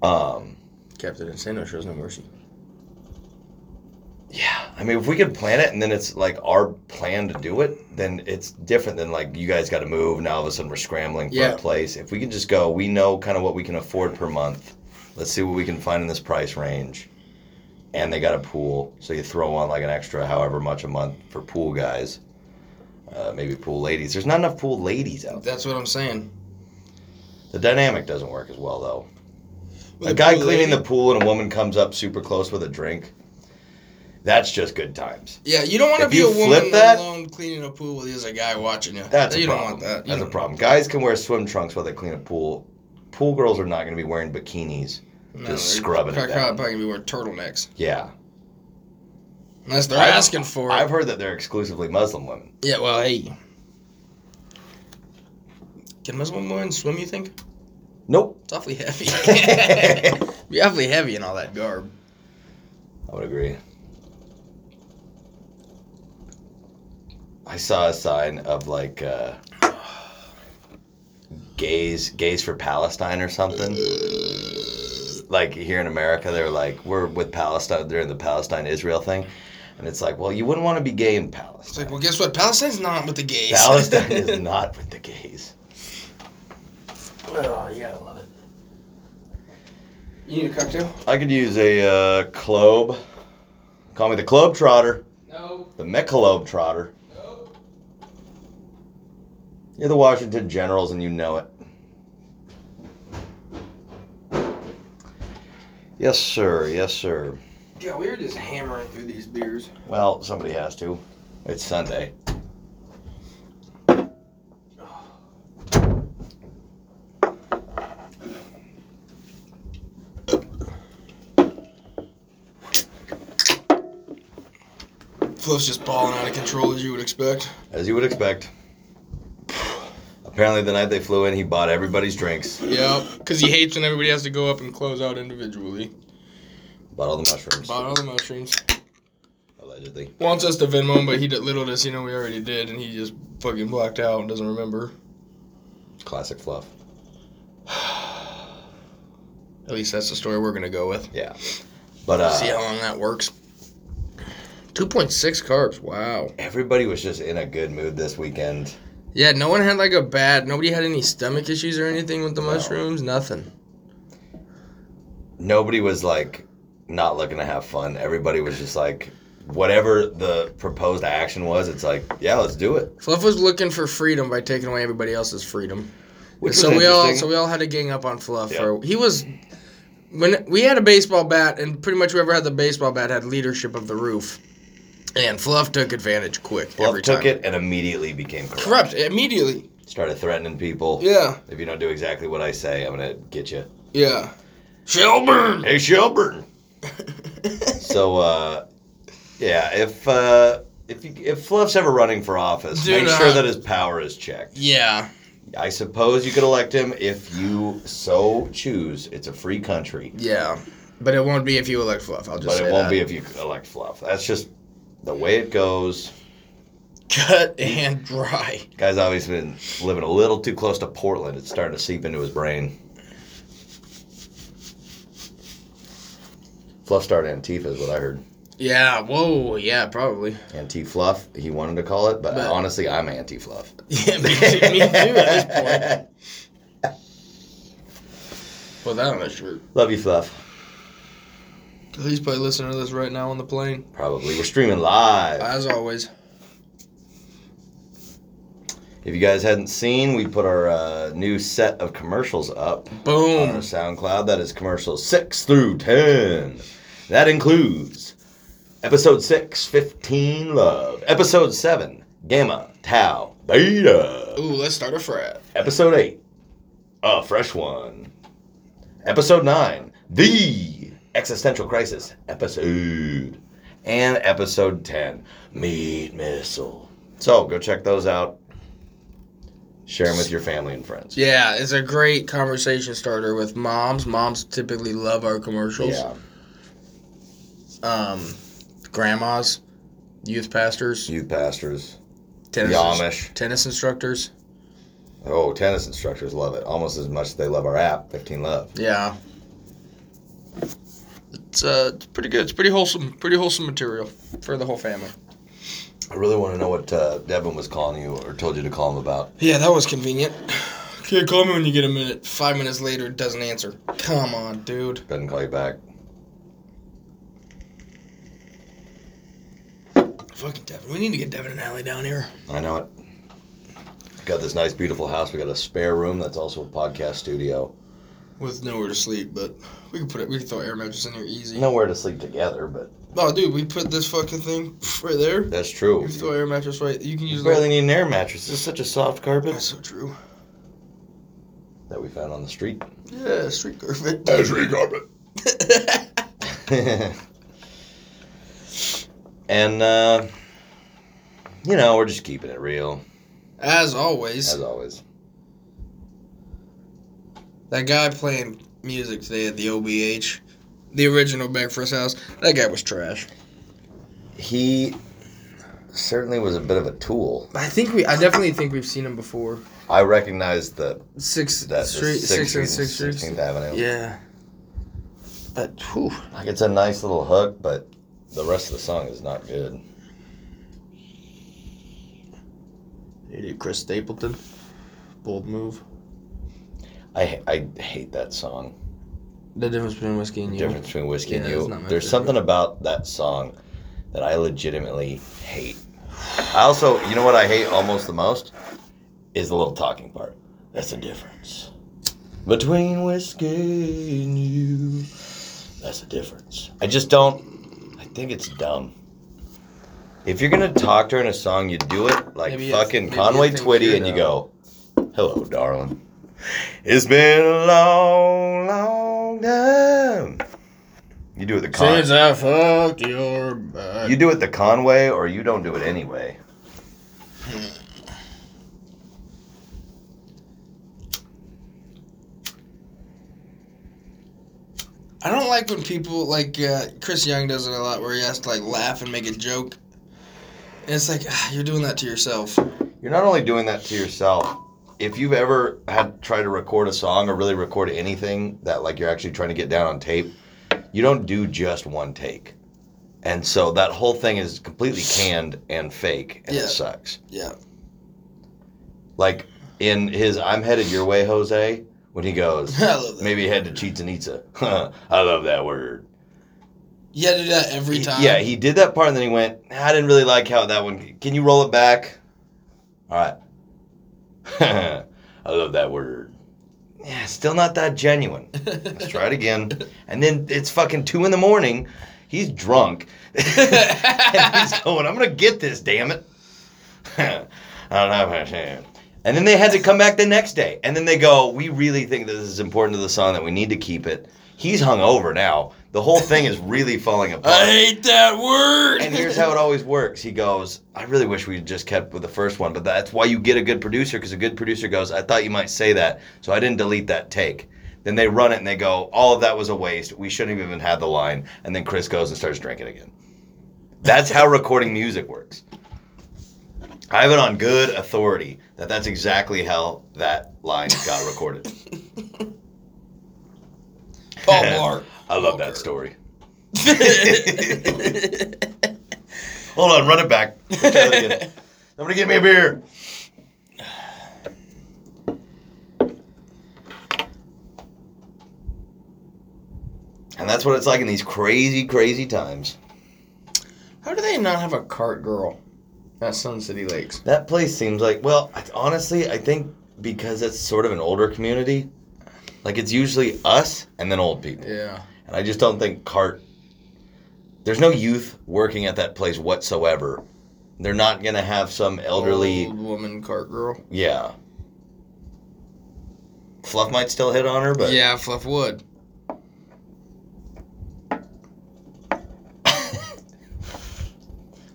[SPEAKER 3] Um,
[SPEAKER 1] Captain Insano shows no mercy.
[SPEAKER 3] yeah, I mean, if we can plan it and then it's like our plan to do it, then it's different than like you guys got to move. Now all of a sudden we're scrambling for
[SPEAKER 1] Yeah.
[SPEAKER 3] a place. If we can just go, we know kind of what we can afford per month. Let's see what we can find in this price range. And they got a pool, so you throw on like an extra however much a month for pool guys, uh, maybe pool ladies. There's not enough pool ladies out there.
[SPEAKER 1] That's what I'm saying.
[SPEAKER 3] The dynamic doesn't work as well though. a guy cleaning the pool and a woman comes up super close with a drink. That's just good times.
[SPEAKER 1] Yeah, you don't want to
[SPEAKER 3] If
[SPEAKER 1] be
[SPEAKER 3] you
[SPEAKER 1] a woman
[SPEAKER 3] flip that-
[SPEAKER 1] alone cleaning a pool with there's a guy watching you.
[SPEAKER 3] That's
[SPEAKER 1] you
[SPEAKER 3] a
[SPEAKER 1] don't
[SPEAKER 3] problem.
[SPEAKER 1] want that. You
[SPEAKER 3] That's a
[SPEAKER 1] don't-
[SPEAKER 3] problem. Guys can wear swim trunks while they clean a pool. Pool girls are not going to be wearing bikinis.
[SPEAKER 1] No,
[SPEAKER 3] Just
[SPEAKER 1] they're
[SPEAKER 3] scrubbing it
[SPEAKER 1] probably-
[SPEAKER 3] down.
[SPEAKER 1] Probably gonna be wearing turtlenecks
[SPEAKER 3] Yeah,
[SPEAKER 1] unless they're
[SPEAKER 3] I've-
[SPEAKER 1] asking for it.
[SPEAKER 3] I've heard that they're exclusively Muslim women.
[SPEAKER 1] yeah, well, hey, can Muslim women swim? You think?
[SPEAKER 3] Nope.
[SPEAKER 1] It's awfully heavy.
[SPEAKER 3] I
[SPEAKER 1] be awfully heavy in all that garb.
[SPEAKER 3] would agree. I saw a sign of like uh, gays, gays for Palestine or something. like here in America, they're like, we're with Palestine during the Palestine Israel thing. And it's like, well, you wouldn't want to be gay in
[SPEAKER 1] It's
[SPEAKER 3] Palestine.
[SPEAKER 1] like, well, guess what? Palestine's not with the gays.
[SPEAKER 3] Palestine is not with the gays. Oh, yeah, I love it.
[SPEAKER 1] You need a cocktail?
[SPEAKER 3] I could use a uh, club. Call me the Club Trotter,
[SPEAKER 1] No.
[SPEAKER 3] the Michelob Trotter. You're the Washington Generals and you know it. Yes, sir. Yes, sir.
[SPEAKER 1] Yeah, we were just hammering through these beers.
[SPEAKER 3] Well, somebody has to. It's Sunday.
[SPEAKER 1] Fluff's just balling out of control as you would expect.
[SPEAKER 3] As you would expect. Apparently, the night they flew in, he bought everybody's drinks,
[SPEAKER 1] Yep, because he hates when everybody has to go up and close out individually.
[SPEAKER 3] bought all the mushrooms,
[SPEAKER 1] Bought all the mushrooms.
[SPEAKER 3] allegedly.
[SPEAKER 1] Wants us to Venmo him, but he did, little does he know we already did, and he just fucking blacked out and doesn't remember.
[SPEAKER 3] Classic fluff.
[SPEAKER 1] At least that's the story we're gonna go with.
[SPEAKER 3] Yeah. But uh,
[SPEAKER 1] See how long that works. 2.6 carbs. Wow.
[SPEAKER 3] everybody was just in a good mood this weekend.
[SPEAKER 1] Yeah, no one had like a bad. Nobody had any stomach issues or anything with the
[SPEAKER 3] No.
[SPEAKER 1] mushrooms. Nothing.
[SPEAKER 3] Nobody was like not looking to have fun. Everybody was just like, whatever the proposed action was, it's like, yeah, let's do it.
[SPEAKER 1] Fluff was looking for freedom by taking away everybody else's freedom.
[SPEAKER 3] Which
[SPEAKER 1] so
[SPEAKER 3] was
[SPEAKER 1] we all so
[SPEAKER 3] interesting.
[SPEAKER 1] we all had to gang up on Fluff.
[SPEAKER 3] Yeah.
[SPEAKER 1] For, he was when we had a baseball bat, and pretty much whoever had the baseball bat had leadership of the roof. And Fluff took advantage quick
[SPEAKER 3] Bluff
[SPEAKER 1] every
[SPEAKER 3] took
[SPEAKER 1] time.
[SPEAKER 3] it and immediately became corrupt.
[SPEAKER 1] Corrupt immediately.
[SPEAKER 3] Started threatening people.
[SPEAKER 1] Yeah,
[SPEAKER 3] If you don't do exactly what I say, I'm gonna get you.
[SPEAKER 1] yeah. Shelburne.
[SPEAKER 3] Hey, Shelburne. so, uh, yeah, if uh, if you, if Fluff's ever running for office,
[SPEAKER 1] Do
[SPEAKER 3] make
[SPEAKER 1] not-
[SPEAKER 3] sure that his power is checked.
[SPEAKER 1] Yeah,
[SPEAKER 3] I suppose you could elect him if you so choose. It's a free country,
[SPEAKER 1] yeah. But it won't be if you elect Fluff. I'll just.
[SPEAKER 3] but
[SPEAKER 1] say
[SPEAKER 3] it won't
[SPEAKER 1] that.
[SPEAKER 3] be if you elect Fluff. That's just the way it goes.
[SPEAKER 1] cut and dry.
[SPEAKER 3] Guy's obviously been living a little too close to Portland. It's starting to seep into his brain. Fluff started Antifa, is what I heard.
[SPEAKER 1] Yeah. Whoa. Yeah. Probably.
[SPEAKER 3] Anti Fluff, he wanted to call it, but,
[SPEAKER 1] But-
[SPEAKER 3] honestly, I'm anti Fluff.
[SPEAKER 1] Yeah. Me too, me too at this point. Put that on a shirt.
[SPEAKER 3] Love you, Fluff.
[SPEAKER 1] He's probably listening to this right now on the plane.
[SPEAKER 3] Probably. We're streaming live.
[SPEAKER 1] As always.
[SPEAKER 3] If you guys hadn't seen, we put our uh, new set of commercials up on our
[SPEAKER 1] Boom.
[SPEAKER 3] SoundCloud. That is commercials 6 through 10. That includes episode 6, 15 Love. Episode 7, Gamma, Tau, Beta.
[SPEAKER 1] Ooh, let's start a frat.
[SPEAKER 3] Episode 8, A Fresh One. Episode 9, The Existential Crisis Episode. And episode 10, Meat Missile. So go check those out. Share them with your family and friends.
[SPEAKER 1] Yeah, it's a great conversation starter with moms. Moms typically love our commercials.
[SPEAKER 3] Yeah.
[SPEAKER 1] Um, grandmas, youth pastors,
[SPEAKER 3] Youth pastors.
[SPEAKER 1] tennis,
[SPEAKER 3] the Amish.
[SPEAKER 1] tennis instructors.
[SPEAKER 3] Oh, tennis instructors love it almost as much as they love our app, 15 Love.
[SPEAKER 1] Yeah. It's, uh, it's pretty good. It's pretty wholesome. Pretty wholesome material for the whole family.
[SPEAKER 3] I really want to know what uh, Devin was calling you or told you to call him about.
[SPEAKER 1] Yeah, that was convenient. Okay, call me when you get a minute. Five minutes later, it doesn't answer. Come on, dude.
[SPEAKER 3] Doesn't call you back.
[SPEAKER 1] Fucking Devin. We need to get Devin and Allie down here.
[SPEAKER 3] I know it. We got this nice, beautiful house. We got a spare room that's also a podcast studio.
[SPEAKER 1] With nowhere to sleep, but we can put it. We can throw air mattress in here easy.
[SPEAKER 3] Nowhere to sleep together, but
[SPEAKER 1] Oh, dude, we put this fucking thing right there.
[SPEAKER 3] that's true.
[SPEAKER 1] You throw air mattress right. You can use
[SPEAKER 3] You
[SPEAKER 1] the.
[SPEAKER 3] barely need an air mattress. This is such a soft
[SPEAKER 1] That's
[SPEAKER 3] carpet
[SPEAKER 1] so true.
[SPEAKER 3] that we found on the street.
[SPEAKER 1] Yeah, street carpet.
[SPEAKER 3] street carpet. and, uh, you know, we're just keeping it real,
[SPEAKER 1] As always,
[SPEAKER 3] as always.
[SPEAKER 1] that guy playing music today at the OBH, the original Beckfast house. That guy was trash.
[SPEAKER 3] He certainly was a bit of a tool.
[SPEAKER 1] I think we. I definitely think we've seen him before.
[SPEAKER 3] I recognize the
[SPEAKER 1] Six
[SPEAKER 3] that
[SPEAKER 1] street,
[SPEAKER 3] the
[SPEAKER 1] six and six
[SPEAKER 3] 16th
[SPEAKER 1] streets.
[SPEAKER 3] Avenue.
[SPEAKER 1] Yeah. But whew.
[SPEAKER 3] Like it's a nice little hook, but the rest of the song is not good.
[SPEAKER 1] Idiot Chris Stapleton. Bold move.
[SPEAKER 3] I I hate that song.
[SPEAKER 1] The difference between whiskey and
[SPEAKER 3] The
[SPEAKER 1] you.
[SPEAKER 3] difference between whiskey and
[SPEAKER 1] Yeah,
[SPEAKER 3] you.
[SPEAKER 1] it's not my
[SPEAKER 3] There's
[SPEAKER 1] favorite.
[SPEAKER 3] something about that song that I legitimately hate. I also, you know what I hate almost the most is the little talking part. That's the difference between whiskey and you. That's the difference. I just don't. I think it's dumb. If you're gonna talk to her in a song, you do it like
[SPEAKER 1] Maybe it's-
[SPEAKER 3] fucking
[SPEAKER 1] maybe
[SPEAKER 3] Conway
[SPEAKER 1] you think
[SPEAKER 3] Twitty,
[SPEAKER 1] you're
[SPEAKER 3] and you go, "Hello, darling. It's been a long, long time." You do it the Con-
[SPEAKER 1] Since I fucked your butt.
[SPEAKER 3] you do it the Conway, or you don't do it anyway.
[SPEAKER 1] I don't like when people like uh, Chris Young does it a lot, where he has to like laugh and make a joke. And it's like ah, you're doing that to yourself.
[SPEAKER 3] You're not only doing that to yourself. If you've ever had tried to record a song or really record anything that like you're actually trying to get down on tape, you don't do just one take. And so that whole thing is completely canned and fake and
[SPEAKER 1] Yeah.
[SPEAKER 3] it sucks.
[SPEAKER 1] Yeah.
[SPEAKER 3] Like in his I'm headed your way, Jose, when he goes
[SPEAKER 1] I love that.
[SPEAKER 3] maybe head to Chichen Itza. I love that word.
[SPEAKER 1] You had to do that every
[SPEAKER 3] He-
[SPEAKER 1] time.
[SPEAKER 3] yeah, he did that part, and then he went. I didn't really like how that one. Can you roll it back? All right. I love that word. Yeah, still not that genuine. Let's try it again. And then it's fucking two in the morning. He's drunk. and he's going, I'm gonna get this, damn it. I don't have my hand. And then they had to come back the next day. And then they go, We really think this is important to the song that we need to keep it. He's hung over now. The whole thing is really falling apart.
[SPEAKER 1] I hate that word.
[SPEAKER 3] And here's how it always works. He goes, I really wish we had just kept with the first one, but that's why you get a good producer because a good producer goes, I thought you might say that, so I didn't delete that take. Then they run it and they go, all of that was a waste. We shouldn't have even had the line. And then Chris goes and starts drinking again. That's how recording music works. I have it on good authority that that's exactly how that line got recorded.
[SPEAKER 1] Paul Blart.
[SPEAKER 3] I love that story. Hold on, run it back. Let's try that again. Somebody get me a beer. And that's what it's like in these crazy, crazy times.
[SPEAKER 1] How do they not have a cart girl at Sun City Lakes?
[SPEAKER 3] That place seems like, well, I, honestly, I think because it's sort of an older community, like it's usually us and then old people.
[SPEAKER 1] Yeah.
[SPEAKER 3] And I just don't think cart. There's no youth working at that place whatsoever. They're not gonna have some elderly.
[SPEAKER 1] Old woman cart girl.
[SPEAKER 3] Yeah. Fluff might still hit on her, but
[SPEAKER 1] yeah, Fluff would.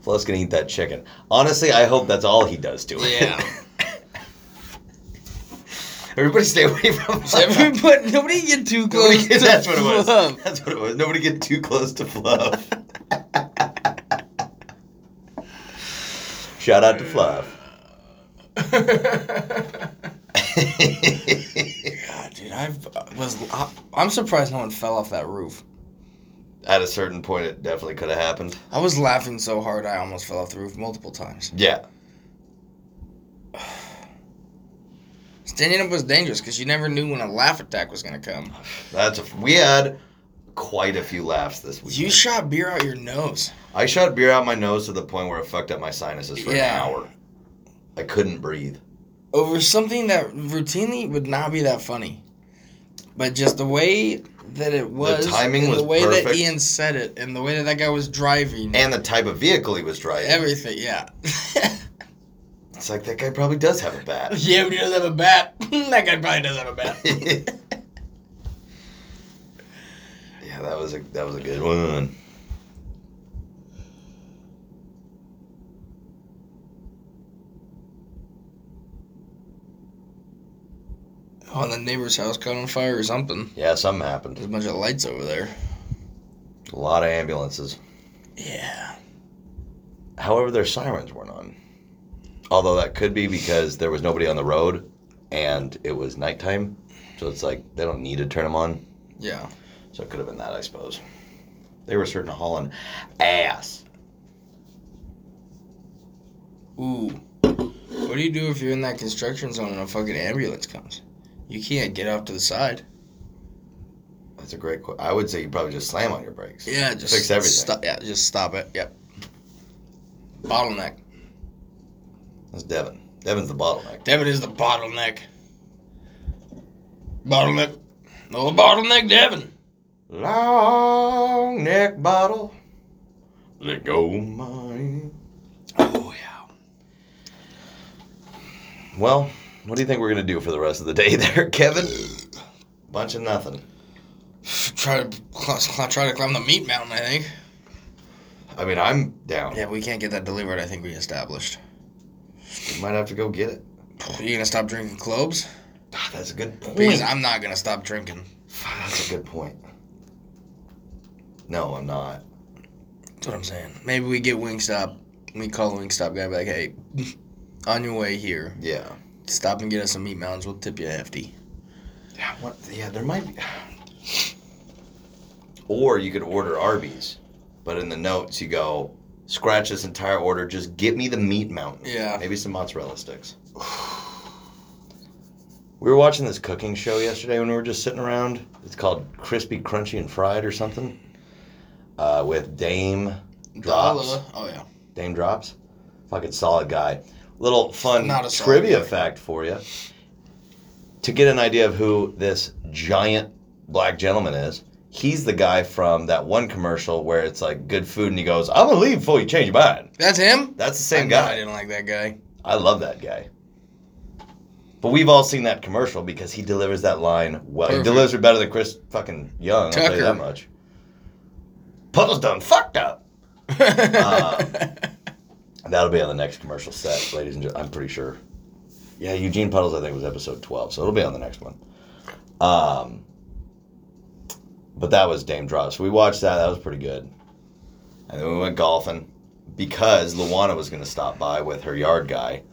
[SPEAKER 3] Fluff's gonna eat that chicken. Honestly, I hope that's all he does to it.
[SPEAKER 1] Yeah.
[SPEAKER 3] Everybody stay away from Fluff.
[SPEAKER 1] Everybody, nobody get too
[SPEAKER 3] Nobody
[SPEAKER 1] close
[SPEAKER 3] get-
[SPEAKER 1] to
[SPEAKER 3] that's what it was.
[SPEAKER 1] Fluff.
[SPEAKER 3] That's what it was. Nobody get too close to Fluff. Shout out to Fluff.
[SPEAKER 1] God, dude, I was. I, I'm surprised no one fell off that roof.
[SPEAKER 3] At a certain point, it definitely could have happened.
[SPEAKER 1] I was laughing so hard I almost fell off the roof multiple times.
[SPEAKER 3] Yeah.
[SPEAKER 1] Standing up was dangerous because you never knew when a laugh attack was gonna come.
[SPEAKER 3] That's a, we had quite a few laughs this week.
[SPEAKER 1] You shot beer out your nose.
[SPEAKER 3] I shot beer out my nose to the point where it fucked up my sinuses for
[SPEAKER 1] Yeah.
[SPEAKER 3] an hour. I couldn't breathe.
[SPEAKER 1] over something that routinely would not be that funny. But just the way that it was,
[SPEAKER 3] timing
[SPEAKER 1] and
[SPEAKER 3] was
[SPEAKER 1] the way that
[SPEAKER 3] perfect.
[SPEAKER 1] Ian said it, and the way that that guy was driving,
[SPEAKER 3] And the type of vehicle he was driving.
[SPEAKER 1] everything. Yeah,
[SPEAKER 3] It's like that guy probably does have a bat.
[SPEAKER 1] yeah, but he does have a bat. that guy probably does have a bat.
[SPEAKER 3] yeah, that was a that was a good one.
[SPEAKER 1] oh, the neighbor's house caught on fire or something.
[SPEAKER 3] Yeah, something happened.
[SPEAKER 1] There's a bunch of lights over there.
[SPEAKER 3] A lot of ambulances.
[SPEAKER 1] Yeah,
[SPEAKER 3] However, their sirens weren't on. Although that could be because there was nobody on the road and it was nighttime. So it's like they don't need to turn them on.
[SPEAKER 1] yeah.
[SPEAKER 3] So it could have been that, I suppose. They were certain hauling ass.
[SPEAKER 1] Ooh, what do you do if you're in that construction zone and a fucking ambulance comes? You can't get off to the side.
[SPEAKER 3] That's a great question. I would say you probably just slam on your brakes.
[SPEAKER 1] Yeah, just
[SPEAKER 3] Fix everything.
[SPEAKER 1] Stop, yeah, just stop it. Yep. Bottleneck.
[SPEAKER 3] That's Devin. Devin's the bottleneck.
[SPEAKER 1] Devin is the bottleneck. Bottleneck. No bottleneck, Devin.
[SPEAKER 3] Long neck bottle. Let go mine.
[SPEAKER 1] Oh yeah.
[SPEAKER 3] Well, what do you think we're going to do for the rest of the day there, Kevin? Bunch of nothing.
[SPEAKER 1] Try to cl- cl- try to climb the meat mountain. I think.
[SPEAKER 3] I mean, I'm down.
[SPEAKER 1] Yeah, we can't get that delivered. I think we established.
[SPEAKER 3] We might have to go get it.
[SPEAKER 1] You gonna stop drinking clubs?
[SPEAKER 3] Ah, that's a good point.
[SPEAKER 1] Because I'm not gonna stop drinking.
[SPEAKER 3] That's a good point. No, I'm not.
[SPEAKER 1] That's what I'm saying. Maybe we get Wingstop. We call the Wingstop guy. and Be like, hey, on your way here,
[SPEAKER 3] Yeah.
[SPEAKER 1] stop and get us some meat mountains. We'll tip you a hefty.
[SPEAKER 3] Yeah, what, yeah, there might be. Or you could order Arby's, but in the notes you go scratch this entire order. Just get me the meat mountain.
[SPEAKER 1] Yeah.
[SPEAKER 3] maybe some mozzarella sticks. we were watching this cooking show yesterday when we were just sitting around. It's called Crispy, Crunchy, and Fried or something. uh, with Dame Drops.
[SPEAKER 1] Dala. Oh yeah.
[SPEAKER 3] Dame Drops. Fucking solid guy. Little fun
[SPEAKER 1] Not a solid
[SPEAKER 3] trivia
[SPEAKER 1] guy.
[SPEAKER 3] fact for you. To get an idea of who this giant black gentleman is, he's the guy from that one commercial where it's like good food and he goes, I'm going to leave before you change your mind.
[SPEAKER 1] That's him.
[SPEAKER 3] That's the
[SPEAKER 1] I
[SPEAKER 3] same
[SPEAKER 1] know I
[SPEAKER 3] guy.
[SPEAKER 1] didn't like that guy.
[SPEAKER 3] I love that guy. But we've all seen that commercial because he delivers that line well.
[SPEAKER 1] Perfect.
[SPEAKER 3] He delivers it better than Chris fucking Young. I'll tell you
[SPEAKER 1] Tucker.
[SPEAKER 3] that much. Puddles done fucked up. Uh, That'll be on the next commercial set, ladies and gentlemen. I'm pretty sure. Yeah, Eugene Puddles, I think, was episode 12, so it'll be on the next one. Um, but that was Dame Drops. We watched that. That was pretty good. And then we went golfing because Luana was going to stop by with her yard guy.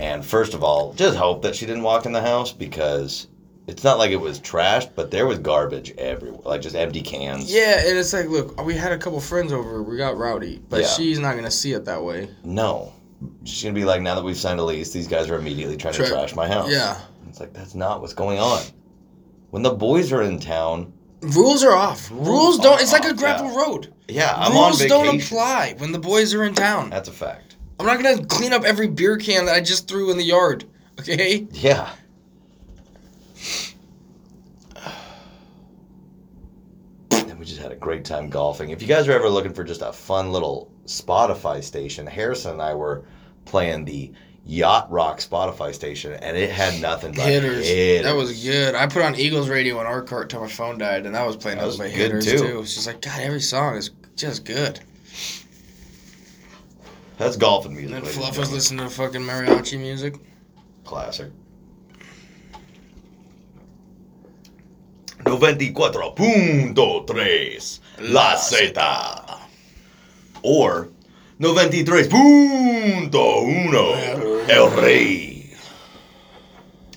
[SPEAKER 3] And first of all, just hope that she didn't walk in the house because it's not like it was trashed, but there was garbage everywhere, like just empty cans.
[SPEAKER 1] yeah, and it's like, look, we had a couple friends over. We got rowdy, but
[SPEAKER 3] Yeah.
[SPEAKER 1] she's not gonna see it that way.
[SPEAKER 3] No. She's going to be like, now that we've signed a lease, these guys are immediately trying
[SPEAKER 1] Tra-
[SPEAKER 3] to trash my house.
[SPEAKER 1] Yeah.
[SPEAKER 3] It's like that's not what's going on. When the boys are in town,
[SPEAKER 1] Rules are off. Rules,
[SPEAKER 3] Rules
[SPEAKER 1] don't.
[SPEAKER 3] are
[SPEAKER 1] It's like a
[SPEAKER 3] off,
[SPEAKER 1] gravel
[SPEAKER 3] yeah.
[SPEAKER 1] road.
[SPEAKER 3] yeah, I'm on
[SPEAKER 1] Rules
[SPEAKER 3] vacation.
[SPEAKER 1] don't apply when the boys are in town.
[SPEAKER 3] That's a fact.
[SPEAKER 1] I'm not gonna clean up every beer can that I just threw in the yard. Okay.
[SPEAKER 3] Yeah. And we just had a great time golfing. If you guys are ever looking for just a fun little Spotify station, Harrison and I were playing the Yacht Rock Spotify station, and it had nothing but
[SPEAKER 1] Hitters.
[SPEAKER 3] hitters.
[SPEAKER 1] That was good. I put on Eagles radio in our cart till my phone died, and that was playing
[SPEAKER 3] That
[SPEAKER 1] those
[SPEAKER 3] was
[SPEAKER 1] by
[SPEAKER 3] good,
[SPEAKER 1] hitters
[SPEAKER 3] too.
[SPEAKER 1] too. It's just like God, every song is just good.
[SPEAKER 3] That's golfing
[SPEAKER 1] And
[SPEAKER 3] music.
[SPEAKER 1] then
[SPEAKER 3] ladies and
[SPEAKER 1] Fluff was listening
[SPEAKER 3] gentlemen.
[SPEAKER 1] to fucking mariachi music.
[SPEAKER 3] Classic. Noventicuatro punto tres, La Zeta. Or Noventitres punto uno, El Rey.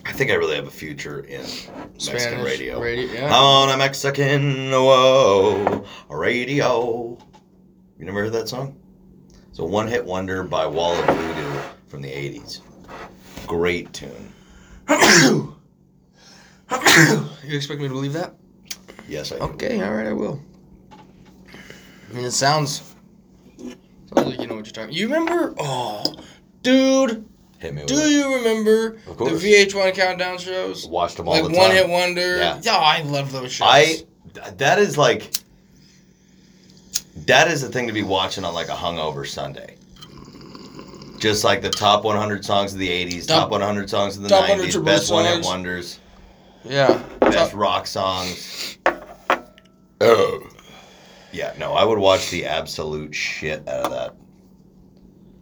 [SPEAKER 3] I think I really have a future in Mexican
[SPEAKER 1] Spanish
[SPEAKER 3] radio.
[SPEAKER 1] radio, yeah.
[SPEAKER 3] I'm on a Mexican whoa, radio. You never heard that song? It's a one hit wonder by Wall of Voodoo from the 80s. Great tune.
[SPEAKER 1] You expect me to believe that?
[SPEAKER 3] Yes, I do.
[SPEAKER 1] Okay, all right, I will. I mean, it sounds sounds like you know what you're talking. You remember? Oh, dude,
[SPEAKER 3] Hit me with
[SPEAKER 1] do
[SPEAKER 3] it.
[SPEAKER 1] you remember
[SPEAKER 3] Of
[SPEAKER 1] the
[SPEAKER 3] course.
[SPEAKER 1] VH1 countdown shows?
[SPEAKER 3] Watched them all
[SPEAKER 1] Like
[SPEAKER 3] the time.
[SPEAKER 1] One Hit Wonder.
[SPEAKER 3] Yeah.
[SPEAKER 1] Oh, I love those shows.
[SPEAKER 3] I th- that is like that is the thing to be watching on like a hungover Sunday. Just like the top 100 songs of the 80s,
[SPEAKER 1] Top-
[SPEAKER 3] top 100 songs of the
[SPEAKER 1] top 100
[SPEAKER 3] 90s,
[SPEAKER 1] triple
[SPEAKER 3] best one hit
[SPEAKER 1] songs.
[SPEAKER 3] wonders,
[SPEAKER 1] yeah.
[SPEAKER 3] best
[SPEAKER 1] Oh.
[SPEAKER 3] rock songs. Oh. Yeah, no, I would watch the absolute shit out of that.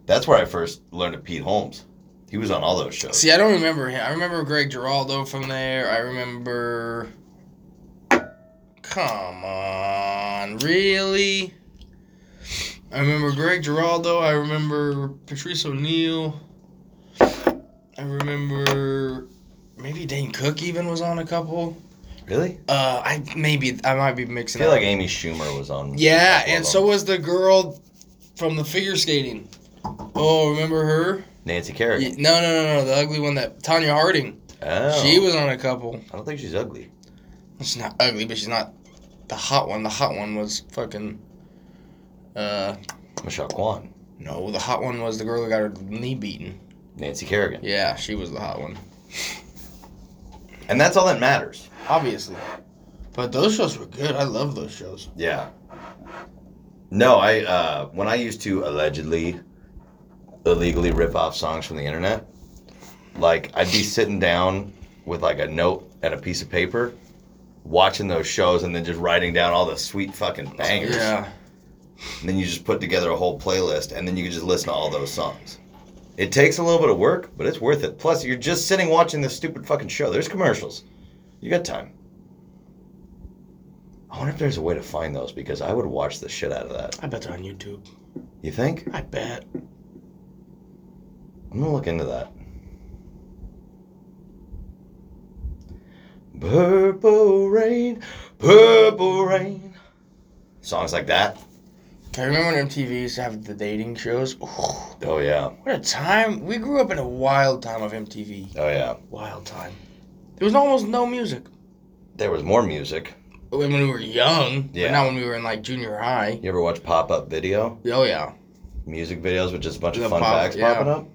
[SPEAKER 3] That's where I first learned of Pete Holmes. He was on all those shows.
[SPEAKER 1] See, I don't remember him. I remember Greg Giraldo from there. I remember. Come on, really? I remember Greg Giraldo. I remember Patrice O'Neill. I remember maybe Dane Cook even was on a couple.
[SPEAKER 3] Really?
[SPEAKER 1] Uh, I maybe I might be
[SPEAKER 3] I
[SPEAKER 1] mixing.
[SPEAKER 3] feel
[SPEAKER 1] up.
[SPEAKER 3] like Amy Schumer was on.
[SPEAKER 1] Yeah,
[SPEAKER 3] was on
[SPEAKER 1] and
[SPEAKER 3] them.
[SPEAKER 1] so was the girl from the figure skating. Oh, remember her?
[SPEAKER 3] Nancy
[SPEAKER 1] Yeah,
[SPEAKER 3] Kerrigan.
[SPEAKER 1] No, no, no, no, the ugly one that Tanya Harding.
[SPEAKER 3] Oh.
[SPEAKER 1] She was on a couple.
[SPEAKER 3] I don't think she's ugly.
[SPEAKER 1] She's not ugly, but she's not the hot one. The hot one was fucking. Uh,
[SPEAKER 3] Michelle Kwan.
[SPEAKER 1] no, the hot one was the girl that got her knee beaten.
[SPEAKER 3] Nancy Kerrigan.
[SPEAKER 1] Yeah, she was the hot one,
[SPEAKER 3] And that's all that matters.
[SPEAKER 1] obviously. But those shows were good. I love those shows.
[SPEAKER 3] Yeah. No, I uh, when I used to allegedly illegally rip off songs from the internet, like I'd be sitting down with like a note and a piece of paper, watching those shows and then just writing down all the sweet fucking bangers.
[SPEAKER 1] Yeah,
[SPEAKER 3] And then you just put together a whole playlist and then you can just listen to all those songs. It takes a little bit of work, but it's worth it. Plus, you're just sitting watching this stupid fucking show. There's commercials. You got time. I wonder if there's a way to find those because I would watch the shit out of that.
[SPEAKER 1] I bet they're on YouTube.
[SPEAKER 3] You think?
[SPEAKER 1] I bet.
[SPEAKER 3] I'm gonna look into that. Purple rain, purple rain. Songs like that.
[SPEAKER 1] I remember when MTV used to have the dating shows. Ooh,
[SPEAKER 3] Oh yeah.
[SPEAKER 1] what a time! We grew up in a wild time of MTV.
[SPEAKER 3] Oh yeah.
[SPEAKER 1] Wild time. There was almost no music.
[SPEAKER 3] There was more music.
[SPEAKER 1] when we were young.
[SPEAKER 3] Yeah.
[SPEAKER 1] But not when we were in like junior high.
[SPEAKER 3] You ever watch pop up video?
[SPEAKER 1] Oh yeah.
[SPEAKER 3] Music videos with just a bunch
[SPEAKER 1] The
[SPEAKER 3] of fun
[SPEAKER 1] pop-
[SPEAKER 3] facts
[SPEAKER 1] yeah.
[SPEAKER 3] popping up?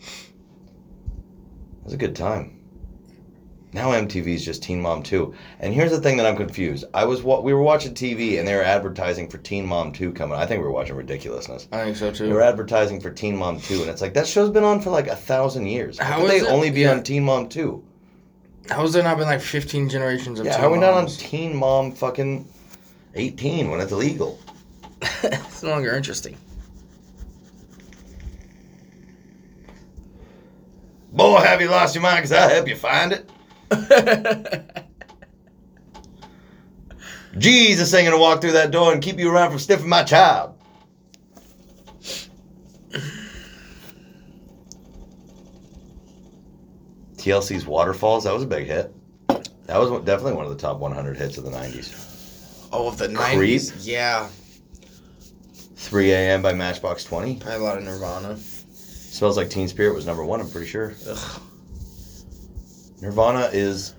[SPEAKER 3] It was a good time. Now MTV's just Teen Mom 2. And here's the thing that I'm confused. I was wa- we were watching TV and they were advertising for Teen Mom 2 coming. I think we were watching ridiculousness.
[SPEAKER 1] I think so
[SPEAKER 3] They were
[SPEAKER 1] too.
[SPEAKER 3] advertising for Teen Mom 2 and it's like that show's been on for like a thousand years. How,
[SPEAKER 1] How
[SPEAKER 3] could they
[SPEAKER 1] is it-
[SPEAKER 3] only be
[SPEAKER 1] yeah.
[SPEAKER 3] on Teen Mom 2?
[SPEAKER 1] How has there not been like 15 generations of
[SPEAKER 3] Yeah,
[SPEAKER 1] Teen
[SPEAKER 3] how are we not on
[SPEAKER 1] Moms?
[SPEAKER 3] Teen Mom fucking 18 when it's illegal?
[SPEAKER 1] it's no longer interesting.
[SPEAKER 3] Boy, have you lost your mind because I'll help you find it. Jesus ain't gonna walk through that door and keep you around from sniffing my child. TLC's Waterfalls, that was a big hit. That was one- definitely one of the top 100 hits of the 90s.
[SPEAKER 1] Oh, of the 90s.
[SPEAKER 3] Creep?
[SPEAKER 1] Yeah,
[SPEAKER 3] 3 a.m. by Matchbox 20.
[SPEAKER 1] probably a lot of Nirvana.
[SPEAKER 3] Smells Like Teen Spirit was number one, I'm pretty sure.
[SPEAKER 1] Ugh.
[SPEAKER 3] Nirvana is,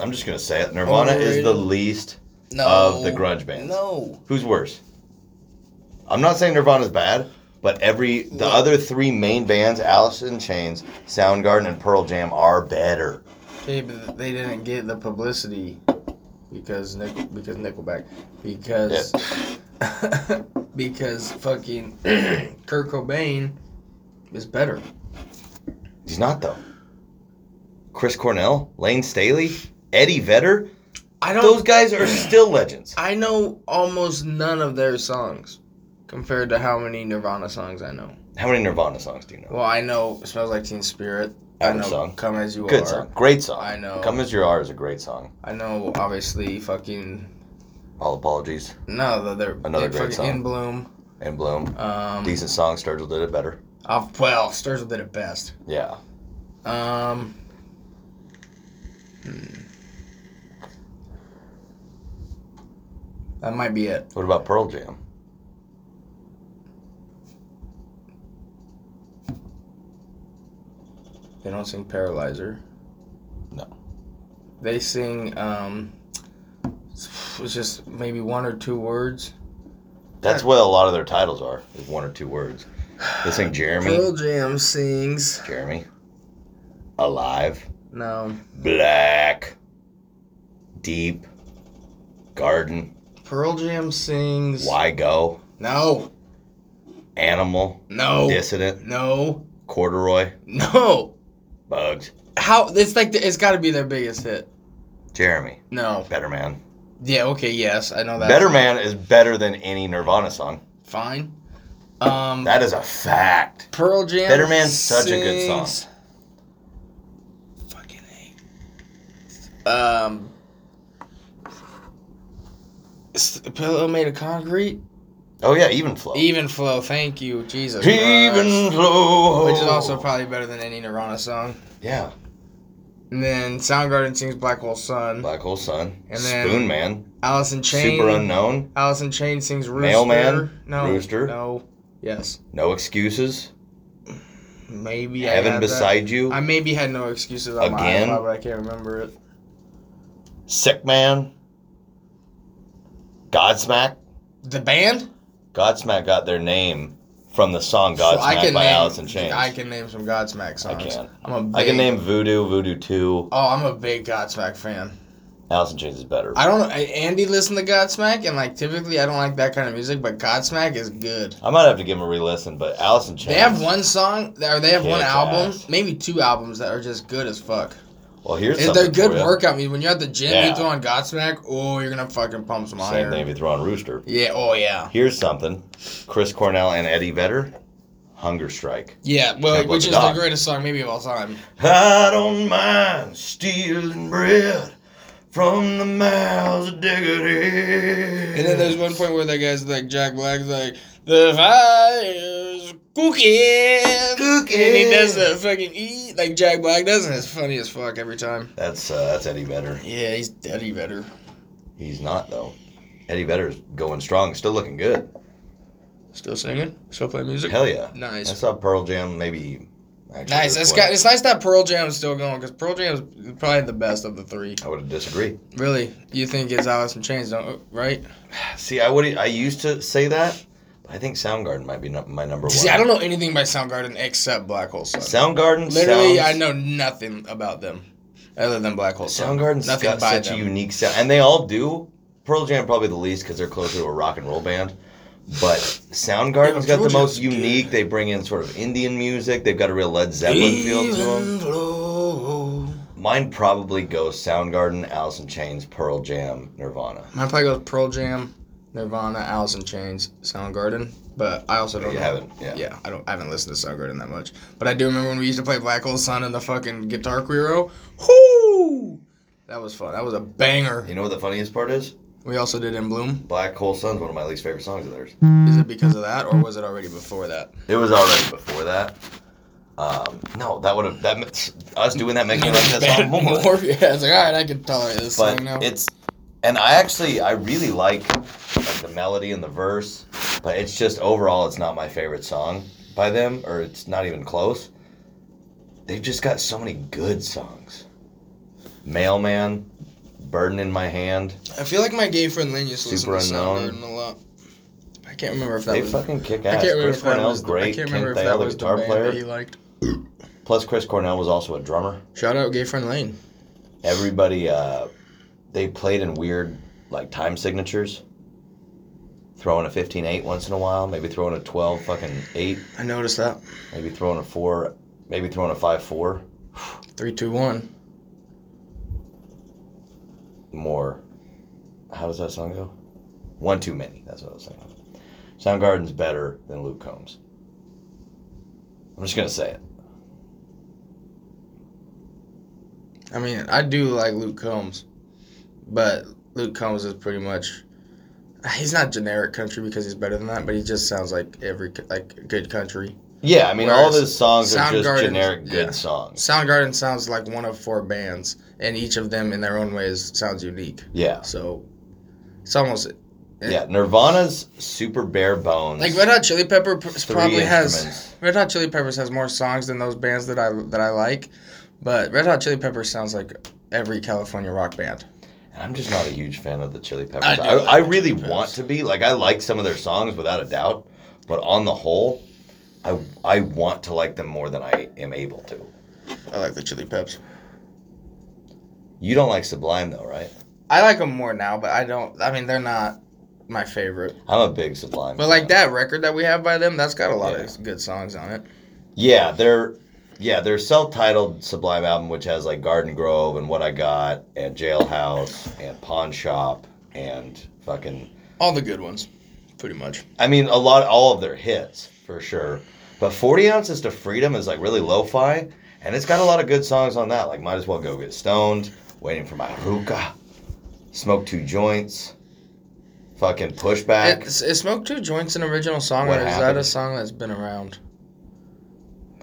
[SPEAKER 3] I'm just gonna say it, Nirvana is the
[SPEAKER 1] Overrated.
[SPEAKER 3] least
[SPEAKER 1] No.
[SPEAKER 3] of the grunge bands.
[SPEAKER 1] No.
[SPEAKER 3] Who's worse? I'm not saying Nirvana's bad, but every the
[SPEAKER 1] Well-
[SPEAKER 3] other three main bands, Alice in Chains, Soundgarden, and Pearl Jam, are better.
[SPEAKER 1] Okay, but they didn't get the publicity because Nick because Nickelback because because fucking Kurt Cobain is better.
[SPEAKER 3] He's not though. Chris Cornell, Lane Staley, Eddie Vedder,
[SPEAKER 1] I don't.
[SPEAKER 3] those guys are still legends.
[SPEAKER 1] I know almost none of their songs compared to how many Nirvana songs I know.
[SPEAKER 3] How many Nirvana songs do you know?
[SPEAKER 1] Well, I know "Smells Like Teen Spirit." I
[SPEAKER 3] Average
[SPEAKER 1] know
[SPEAKER 3] song.
[SPEAKER 1] "Come As You
[SPEAKER 3] Good
[SPEAKER 1] Are."
[SPEAKER 3] song, great song.
[SPEAKER 1] I know.
[SPEAKER 3] Come as You Are is a great song.
[SPEAKER 1] I know, obviously, fucking
[SPEAKER 3] All apologies
[SPEAKER 1] no, the- they're
[SPEAKER 3] Another
[SPEAKER 1] they
[SPEAKER 3] great
[SPEAKER 1] fucking
[SPEAKER 3] song.
[SPEAKER 1] In Bloom.
[SPEAKER 3] and Bloom.
[SPEAKER 1] Um,
[SPEAKER 3] Decent song. Sturgill did it better.
[SPEAKER 1] i well, Sturgill did it best.
[SPEAKER 3] Yeah.
[SPEAKER 1] Um, hmm. that might be it.
[SPEAKER 3] What about Pearl Jam?
[SPEAKER 1] They don't sing Paralyzer.
[SPEAKER 3] No.
[SPEAKER 1] They sing um, it's just maybe one or two words.
[SPEAKER 3] That's what a lot of their titles are. Is one or two words. They sing Jeremy.
[SPEAKER 1] Pearl Jam sings
[SPEAKER 3] Jeremy. Alive.
[SPEAKER 1] no.
[SPEAKER 3] Black. Deep. Garden.
[SPEAKER 1] Pearl Jam sings
[SPEAKER 3] Why go?
[SPEAKER 1] no,
[SPEAKER 3] Animal.
[SPEAKER 1] no,
[SPEAKER 3] Dissident.
[SPEAKER 1] no,
[SPEAKER 3] Corduroy.
[SPEAKER 1] no.
[SPEAKER 3] Bugs.
[SPEAKER 1] How it's like the, it's got to be their biggest hit.
[SPEAKER 3] Jeremy.
[SPEAKER 1] No.
[SPEAKER 3] Better Man.
[SPEAKER 1] Yeah. Okay. Yes, I know that.
[SPEAKER 3] better Man is better than any Nirvana song.
[SPEAKER 1] Fine. Um.
[SPEAKER 3] That is a fact.
[SPEAKER 1] Pearl Jam.
[SPEAKER 3] Better Man's such a good song.
[SPEAKER 1] sings- Fucking A. Um. s- Pillow made of concrete.
[SPEAKER 3] Oh yeah, Even Flow.
[SPEAKER 1] Even flow. Thank you, Jesus.
[SPEAKER 3] Even
[SPEAKER 1] Christ.
[SPEAKER 3] Flow.
[SPEAKER 1] Which is also probably better than any Nirvana song.
[SPEAKER 3] yeah.
[SPEAKER 1] And then Soundgarden sings Black Hole Sun.
[SPEAKER 3] Black Hole Sun.
[SPEAKER 1] And then-
[SPEAKER 3] Spoon Man.
[SPEAKER 1] Alice in Chains.
[SPEAKER 3] Super Unknown.
[SPEAKER 1] Alice in Chains sings Rooster.
[SPEAKER 3] Mailman?
[SPEAKER 1] No.
[SPEAKER 3] Rooster?
[SPEAKER 1] No. Yes.
[SPEAKER 3] No excuses.
[SPEAKER 1] Maybe I
[SPEAKER 3] Heaven
[SPEAKER 1] had that.
[SPEAKER 3] beside you.
[SPEAKER 1] I maybe had no excuses on
[SPEAKER 3] Again?
[SPEAKER 1] my iPod, but I can't remember it.
[SPEAKER 3] Sick man. Godsmack.
[SPEAKER 1] The band?
[SPEAKER 3] Godsmack got their name from the song Godsmack
[SPEAKER 1] So I can
[SPEAKER 3] by
[SPEAKER 1] name,
[SPEAKER 3] Alice in Chains.
[SPEAKER 1] I can name some Godsmack
[SPEAKER 3] I
[SPEAKER 1] songs.
[SPEAKER 3] can.
[SPEAKER 1] I'm a big,
[SPEAKER 3] I can name Voodoo, Voodoo Two.
[SPEAKER 1] Oh, I'm a big Godsmack fan.
[SPEAKER 3] Alice in Chains is better.
[SPEAKER 1] I don't. I- Andy listened to Godsmack, and like typically I don't like that kind of music, but Godsmack is good.
[SPEAKER 3] I might have to give them a re-listen, but Alice in Chains.
[SPEAKER 1] They have one song, or they have one
[SPEAKER 3] Kick
[SPEAKER 1] album,
[SPEAKER 3] ass.
[SPEAKER 1] maybe two albums that are just good as fuck.
[SPEAKER 3] Well, here's
[SPEAKER 1] And
[SPEAKER 3] something
[SPEAKER 1] they're good
[SPEAKER 3] for ya.
[SPEAKER 1] workout music. When you're at the gym,
[SPEAKER 3] Yeah.
[SPEAKER 1] you throw on Godsmack, oh, you're gonna fucking pump some
[SPEAKER 3] Same
[SPEAKER 1] iron.
[SPEAKER 3] thing if you throw on Rooster.
[SPEAKER 1] Yeah. Oh yeah.
[SPEAKER 3] Here's something. Chris Cornell and Eddie Vedder. Hunger Strike.
[SPEAKER 1] Yeah. Well,
[SPEAKER 3] Temple of
[SPEAKER 1] which
[SPEAKER 3] the
[SPEAKER 1] is the
[SPEAKER 3] Dog.
[SPEAKER 1] greatest song maybe of all time.
[SPEAKER 3] I don't mind stealing bread from the mouths of diggity.
[SPEAKER 1] And then there's one point where that guy's like Jack Black's like the fire's cooking,
[SPEAKER 3] Cooking.
[SPEAKER 1] and he does the fucking eat like Jack Black does, and it's funny as fuck every time.
[SPEAKER 3] That's uh, that's Eddie Vedder.
[SPEAKER 1] Yeah, he's Eddie Vedder.
[SPEAKER 3] He's not though. Eddie Vedder's going strong, still looking good.
[SPEAKER 1] Still singing, still playing music.
[SPEAKER 3] Hell yeah. I
[SPEAKER 1] Nice.
[SPEAKER 3] saw Pearl Jam maybe I Actually,
[SPEAKER 1] Nice.
[SPEAKER 3] it
[SPEAKER 1] It's
[SPEAKER 3] was
[SPEAKER 1] got.
[SPEAKER 3] one-
[SPEAKER 1] It's nice that Pearl Jam is still going because Pearl Jam is probably the best of the three.
[SPEAKER 3] I would have disagreed.
[SPEAKER 1] Really, you think it's Alice in Chains, don't right?
[SPEAKER 3] See, I would. I used to say that. But I think Soundgarden might be nu- my number one.
[SPEAKER 1] See, I don't know anything by Soundgarden except Black Hole Sun.
[SPEAKER 3] Soundgarden.
[SPEAKER 1] Literally,
[SPEAKER 3] sounds-
[SPEAKER 1] I know nothing about them other than Black Hole Sun.
[SPEAKER 3] Soundgarden's
[SPEAKER 1] nothing
[SPEAKER 3] got
[SPEAKER 1] by
[SPEAKER 3] such
[SPEAKER 1] them.
[SPEAKER 3] a unique sound, and they all do. Pearl Jam probably the least because they're closer to a rock and roll band. But Soundgarden's
[SPEAKER 1] Yeah,
[SPEAKER 3] got the
[SPEAKER 1] Pearl
[SPEAKER 3] most
[SPEAKER 1] Jam's good.
[SPEAKER 3] unique. They bring in sort of Indian music. They've got a real Led Zeppelin feel to them. Mine probably goes Soundgarden, Alice in Chains, Pearl Jam, Nirvana.
[SPEAKER 1] Mine probably goes Pearl Jam, Nirvana, Alice in Chains, Soundgarden. But I also don't
[SPEAKER 3] Oh, You
[SPEAKER 1] know.
[SPEAKER 3] haven't, yeah.
[SPEAKER 1] I don't. I haven't listened to Soundgarden that much. But I do remember when we used to play Black Hole Sun in the fucking Guitar Hero. Whoo! That was fun. That was a banger.
[SPEAKER 3] You know what the funniest part is?
[SPEAKER 1] We also did In Bloom.
[SPEAKER 3] Black Hole Sun's one of my least favorite songs of theirs.
[SPEAKER 1] Is it because of that, or was it already before that?
[SPEAKER 3] It was already before that. Um, no, that would have that ma- us doing that makes me like that song more.
[SPEAKER 1] Yeah, it's like all right, I can tolerate this
[SPEAKER 3] but
[SPEAKER 1] song now.
[SPEAKER 3] it's and I actually I really like like the melody and the verse, but it's just overall it's not my favorite song by them or it's not even close. They've just got so many good songs. Mailman, Burden in My Hand.
[SPEAKER 1] I feel like my gay friend Lynn used to listen
[SPEAKER 3] Super
[SPEAKER 1] to
[SPEAKER 3] Unknown.
[SPEAKER 1] Soundgarden a lot. I can't remember if that
[SPEAKER 3] They
[SPEAKER 1] was.
[SPEAKER 3] fucking kick
[SPEAKER 1] I
[SPEAKER 3] ass.
[SPEAKER 1] can't remember
[SPEAKER 3] Chris
[SPEAKER 1] if that
[SPEAKER 3] Cornell's
[SPEAKER 1] was. the- I
[SPEAKER 3] great.
[SPEAKER 1] can't
[SPEAKER 3] Ken
[SPEAKER 1] remember if
[SPEAKER 3] Thale,
[SPEAKER 1] that
[SPEAKER 3] the
[SPEAKER 1] was the
[SPEAKER 3] guitar
[SPEAKER 1] band that he
[SPEAKER 3] player.
[SPEAKER 1] liked.
[SPEAKER 3] Plus Chris Cornell was also a drummer.
[SPEAKER 1] Shout out gay friend Lane.
[SPEAKER 3] everybody uh they played in weird like time signatures throwing a 15-8 once in a while maybe throwing a 12 fucking 8
[SPEAKER 1] I noticed that.
[SPEAKER 3] maybe throwing a 4 maybe throwing a 5-4
[SPEAKER 1] Three, two, one.
[SPEAKER 3] more how does that song go one too many that's what i was saying soundgarden's better than luke combs i'm just gonna say it
[SPEAKER 1] I mean, I do like Luke Combs, but Luke Combs is pretty much. He's not generic country because he's better than that, but he just sounds like every c- like good country.
[SPEAKER 3] yeah i mean all
[SPEAKER 1] Whereas
[SPEAKER 3] those songs are just
[SPEAKER 1] Soundgarden's-
[SPEAKER 3] generic good
[SPEAKER 1] yeah.
[SPEAKER 3] songs
[SPEAKER 1] Soundgarden sounds like one of four bands, and each of them in their own ways sounds unique.
[SPEAKER 3] yeah
[SPEAKER 1] So it's almost
[SPEAKER 3] yeah nirvana's super bare bones
[SPEAKER 1] like Red Hot Chili Pepper pr-
[SPEAKER 3] three
[SPEAKER 1] probably has
[SPEAKER 3] instruments.
[SPEAKER 1] Red Hot Chili Peppers has more songs than those bands that I that I like, but Red Hot Chili Peppers sounds like every California rock band.
[SPEAKER 3] And I'm just not a huge fan of the Chili Peppers.
[SPEAKER 1] I
[SPEAKER 3] I,
[SPEAKER 1] do
[SPEAKER 3] I,
[SPEAKER 1] like the
[SPEAKER 3] really
[SPEAKER 1] Chili Peppers.
[SPEAKER 3] want to be. Like, I like some of their songs without a doubt, but on the whole, I I want to like them more than I am able to.
[SPEAKER 1] I like the Chili Peppers.
[SPEAKER 3] You don't like Sublime though, right?
[SPEAKER 1] I like them more now, but I don't. I mean, they're not my favorite.
[SPEAKER 3] I'm a big Sublime.
[SPEAKER 1] But
[SPEAKER 3] fan.
[SPEAKER 1] like that record that we have by them, that's got a lot
[SPEAKER 3] Yeah.
[SPEAKER 1] of good songs on it.
[SPEAKER 3] yeah, their yeah their self-titled Sublime album, which has like Garden Grove and What I Got and Jailhouse and Pawn Shop and fucking
[SPEAKER 1] All the good ones, pretty much.
[SPEAKER 3] I mean, a lot, all of their hits for sure. But 40 ounces to freedom is like really lo fi, and it's got a lot of good songs on that. Like, might as well go get stoned, waiting for my hookah, smoke two joints, fucking pushback.
[SPEAKER 1] It's, is Smoke Two Joints an original song,
[SPEAKER 3] What
[SPEAKER 1] or is that a
[SPEAKER 3] happened?
[SPEAKER 1] song that's been around?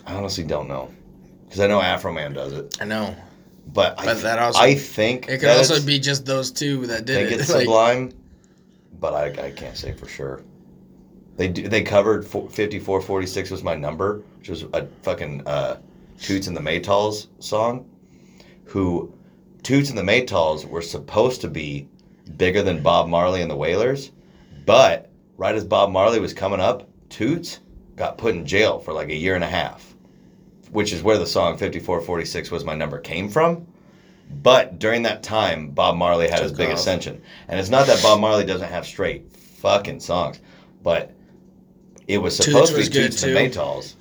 [SPEAKER 3] I honestly don't know because I know Afro Man does it,
[SPEAKER 1] I know.
[SPEAKER 3] but, I,
[SPEAKER 1] But that also-
[SPEAKER 3] I think
[SPEAKER 1] It could
[SPEAKER 3] that
[SPEAKER 1] also
[SPEAKER 3] it's-
[SPEAKER 1] be just those two that
[SPEAKER 3] I
[SPEAKER 1] did
[SPEAKER 3] think
[SPEAKER 1] it.
[SPEAKER 3] it's
[SPEAKER 1] Like,
[SPEAKER 3] Sublime, but I, I can't say for sure. They do, they covered four, 54 46 was my number, which was a fucking uh, Toots and the Maytals song. Who Toots and the Maytals were supposed to be bigger than Bob Marley and the Wailers, but right as Bob Marley was coming up, Toots got put in jail for like a year and a half, which is where the song 54 46 was my number came from. But during that time, Bob Marley had his
[SPEAKER 1] Took
[SPEAKER 3] big
[SPEAKER 1] off.
[SPEAKER 3] ascension. And it's not that Bob Marley doesn't have straight fucking songs, but it was
[SPEAKER 1] Toots
[SPEAKER 3] supposed
[SPEAKER 1] was
[SPEAKER 3] to be
[SPEAKER 1] good,
[SPEAKER 3] Toots and the
[SPEAKER 1] too.
[SPEAKER 3] Maytals.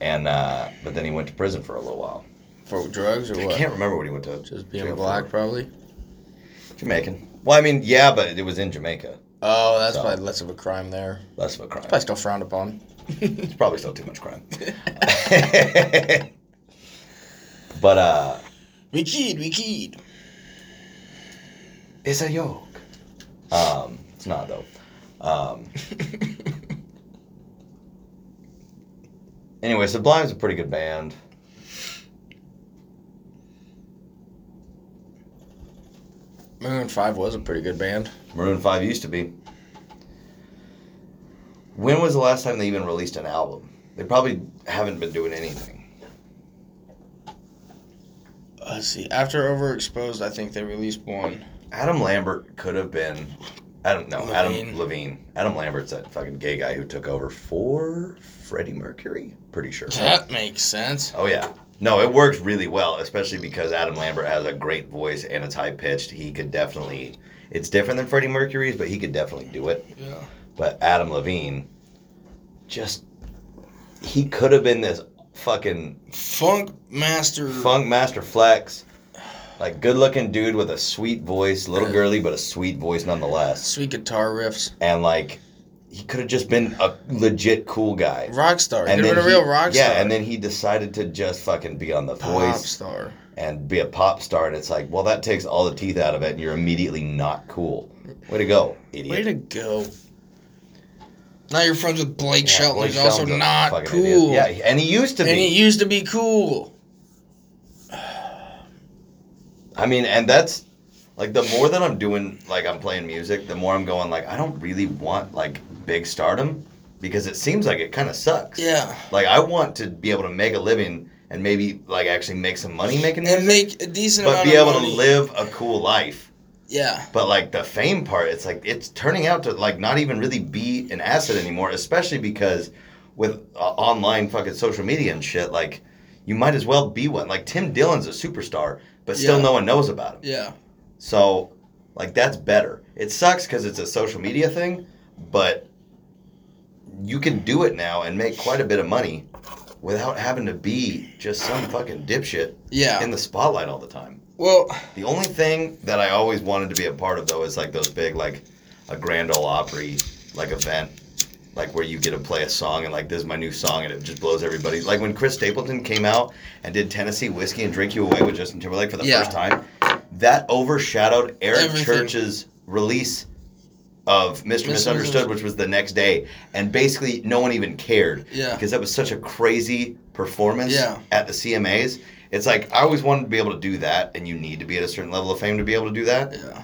[SPEAKER 3] And uh, but then he went to prison for a little while.
[SPEAKER 1] for drugs or
[SPEAKER 3] I
[SPEAKER 1] what?
[SPEAKER 3] can't remember what he went to.
[SPEAKER 1] Just being
[SPEAKER 3] jail for.
[SPEAKER 1] black, probably.
[SPEAKER 3] Jamaican. Well, I mean, yeah, but it was in Jamaica.
[SPEAKER 1] Oh, that's
[SPEAKER 3] So.
[SPEAKER 1] probably less of a crime there.
[SPEAKER 3] Less of a crime.
[SPEAKER 1] Probably still frowned upon.
[SPEAKER 3] It's probably still too much crime. but uh,
[SPEAKER 1] We kid, we kid.
[SPEAKER 3] it's a yoke. Um, it's not though. Um, anyway, Sublime's a pretty good band.
[SPEAKER 1] Maroon Five was a pretty good band.
[SPEAKER 3] Maroon Five used to be. When was the last time they even released an album? They probably haven't been doing anything.
[SPEAKER 1] Let's see. After Overexposed, I think they released one.
[SPEAKER 3] Adam Lambert could have been. I don't know. Adam
[SPEAKER 1] Levine.
[SPEAKER 3] Levine. Adam Lambert's that fucking gay guy who took over for Freddie Mercury. Pretty sure.
[SPEAKER 1] That makes sense.
[SPEAKER 3] Oh yeah. No, it works really well, especially because Adam Lambert has a great voice and it's high pitched. He could definitely. It's different than Freddie Mercury's, but he could definitely do it.
[SPEAKER 1] Yeah.
[SPEAKER 3] But Adam Levine, just he could have been this fucking
[SPEAKER 1] Funk Master.
[SPEAKER 3] funk master flex, like good looking dude with a sweet voice, little girly but a sweet voice nonetheless.
[SPEAKER 1] Sweet guitar riffs.
[SPEAKER 3] And like he could have just been a legit cool guy.
[SPEAKER 1] Rockstar.
[SPEAKER 3] And
[SPEAKER 1] They were
[SPEAKER 3] then
[SPEAKER 1] a real
[SPEAKER 3] he-
[SPEAKER 1] rockstar.
[SPEAKER 3] Yeah, and then he decided to just fucking be on The
[SPEAKER 1] Pop
[SPEAKER 3] Voice
[SPEAKER 1] star.
[SPEAKER 3] and be a pop star. And it's like, well, that takes all the teeth out of it, and you're immediately not cool. Way to go, idiot.
[SPEAKER 1] Way to go. Now you're friends with Blake
[SPEAKER 3] Yeah,
[SPEAKER 1] Shelton,
[SPEAKER 3] Blake
[SPEAKER 1] who's also
[SPEAKER 3] Shelton's a
[SPEAKER 1] not
[SPEAKER 3] fucking
[SPEAKER 1] cool.
[SPEAKER 3] idiot. Yeah, and he used to
[SPEAKER 1] And
[SPEAKER 3] be.
[SPEAKER 1] he used to be cool.
[SPEAKER 3] I mean, and that's like the more that I'm doing, like I'm playing music, the more I'm going, like I don't really want like big stardom because it seems like it kind of sucks.
[SPEAKER 1] Yeah.
[SPEAKER 3] Like I want to be able to make a living and maybe like actually make some money making music,
[SPEAKER 1] And make a decent
[SPEAKER 3] but
[SPEAKER 1] amount
[SPEAKER 3] be
[SPEAKER 1] of
[SPEAKER 3] able
[SPEAKER 1] money.
[SPEAKER 3] to live a cool life.
[SPEAKER 1] Yeah.
[SPEAKER 3] But like the fame part, it's like it's turning out to like not even really be an asset anymore, especially because with uh, online fucking social media and shit, like you might as well be one. Like Tim Dillon's a superstar, but still
[SPEAKER 1] Yeah.
[SPEAKER 3] no one knows about him.
[SPEAKER 1] Yeah.
[SPEAKER 3] So, like, that's better. It sucks because it's a social media thing, but you can do it now and make quite a bit of money without having to be just some fucking dipshit
[SPEAKER 1] Yeah.
[SPEAKER 3] in the spotlight all the time.
[SPEAKER 1] well,
[SPEAKER 3] The only thing that I always wanted to be a part of, though, is like those big, like, a Grand Ole Opry, like, event. Like where you get to play a song and like this is my new song and it just blows everybody. Like when Chris Stapleton came out and did Tennessee Whiskey and Drink You Away with Justin Timberlake for the
[SPEAKER 1] Yeah.
[SPEAKER 3] first time, that overshadowed Eric
[SPEAKER 1] Everything.
[SPEAKER 3] Church's release of Mr.
[SPEAKER 1] Mr.
[SPEAKER 3] Misunderstood,
[SPEAKER 1] Misunderstood.
[SPEAKER 3] which was the next day, and basically no one even cared.
[SPEAKER 1] Yeah.
[SPEAKER 3] Because that was such a crazy performance
[SPEAKER 1] Yeah.
[SPEAKER 3] at the CMAs. It's like I always wanted to be able to do that, and you need to be at a certain level of fame to be able to do that.
[SPEAKER 1] yeah.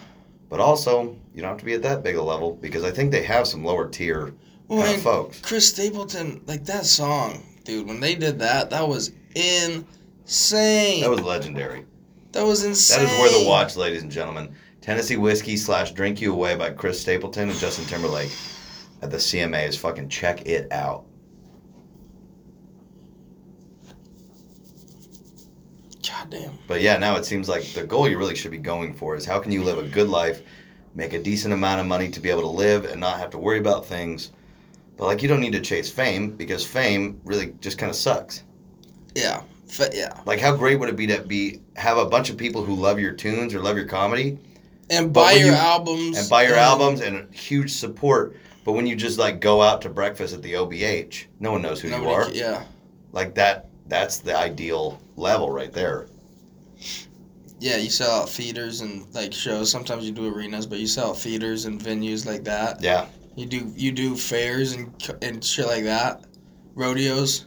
[SPEAKER 3] But also, you don't have to be at that big a level because I think they have some lower tier
[SPEAKER 1] Well,
[SPEAKER 3] kind
[SPEAKER 1] and
[SPEAKER 3] of folks.
[SPEAKER 1] Chris Stapleton, like that song, dude, when they did that, that was insane.
[SPEAKER 3] That was legendary.
[SPEAKER 1] That was
[SPEAKER 3] That
[SPEAKER 1] insane.
[SPEAKER 3] is worth a watch, ladies and gentlemen. Tennessee Whiskey slash Drink You Away by Chris Stapleton and Justin Timberlake at the CMAs. Fucking check it out.
[SPEAKER 1] God damn.
[SPEAKER 3] But yeah, now it seems like the goal you really should be going for is how can you live a good life, make a decent amount of money to be able to live and not have to worry about things. But like you don't need to chase fame because fame really just kind of sucks.
[SPEAKER 1] Yeah. Fa yeah.
[SPEAKER 3] Like how great would it be to be have a bunch of people who love your tunes or love your comedy
[SPEAKER 1] And
[SPEAKER 3] But
[SPEAKER 1] buy
[SPEAKER 3] when
[SPEAKER 1] your
[SPEAKER 3] you-
[SPEAKER 1] albums. um,
[SPEAKER 3] and buy your albums and huge support. But when you just like go out to breakfast at the OBH, no one knows who you
[SPEAKER 1] nobody
[SPEAKER 3] are.
[SPEAKER 1] ca- Yeah.
[SPEAKER 3] Like that that's the ideal level right there.
[SPEAKER 1] Yeah, you sell out theaters and like shows. Sometimes you do arenas, but you sell out theaters and venues like that.
[SPEAKER 3] Yeah.
[SPEAKER 1] You do you do fairs and c- and shit like that. Rodeos.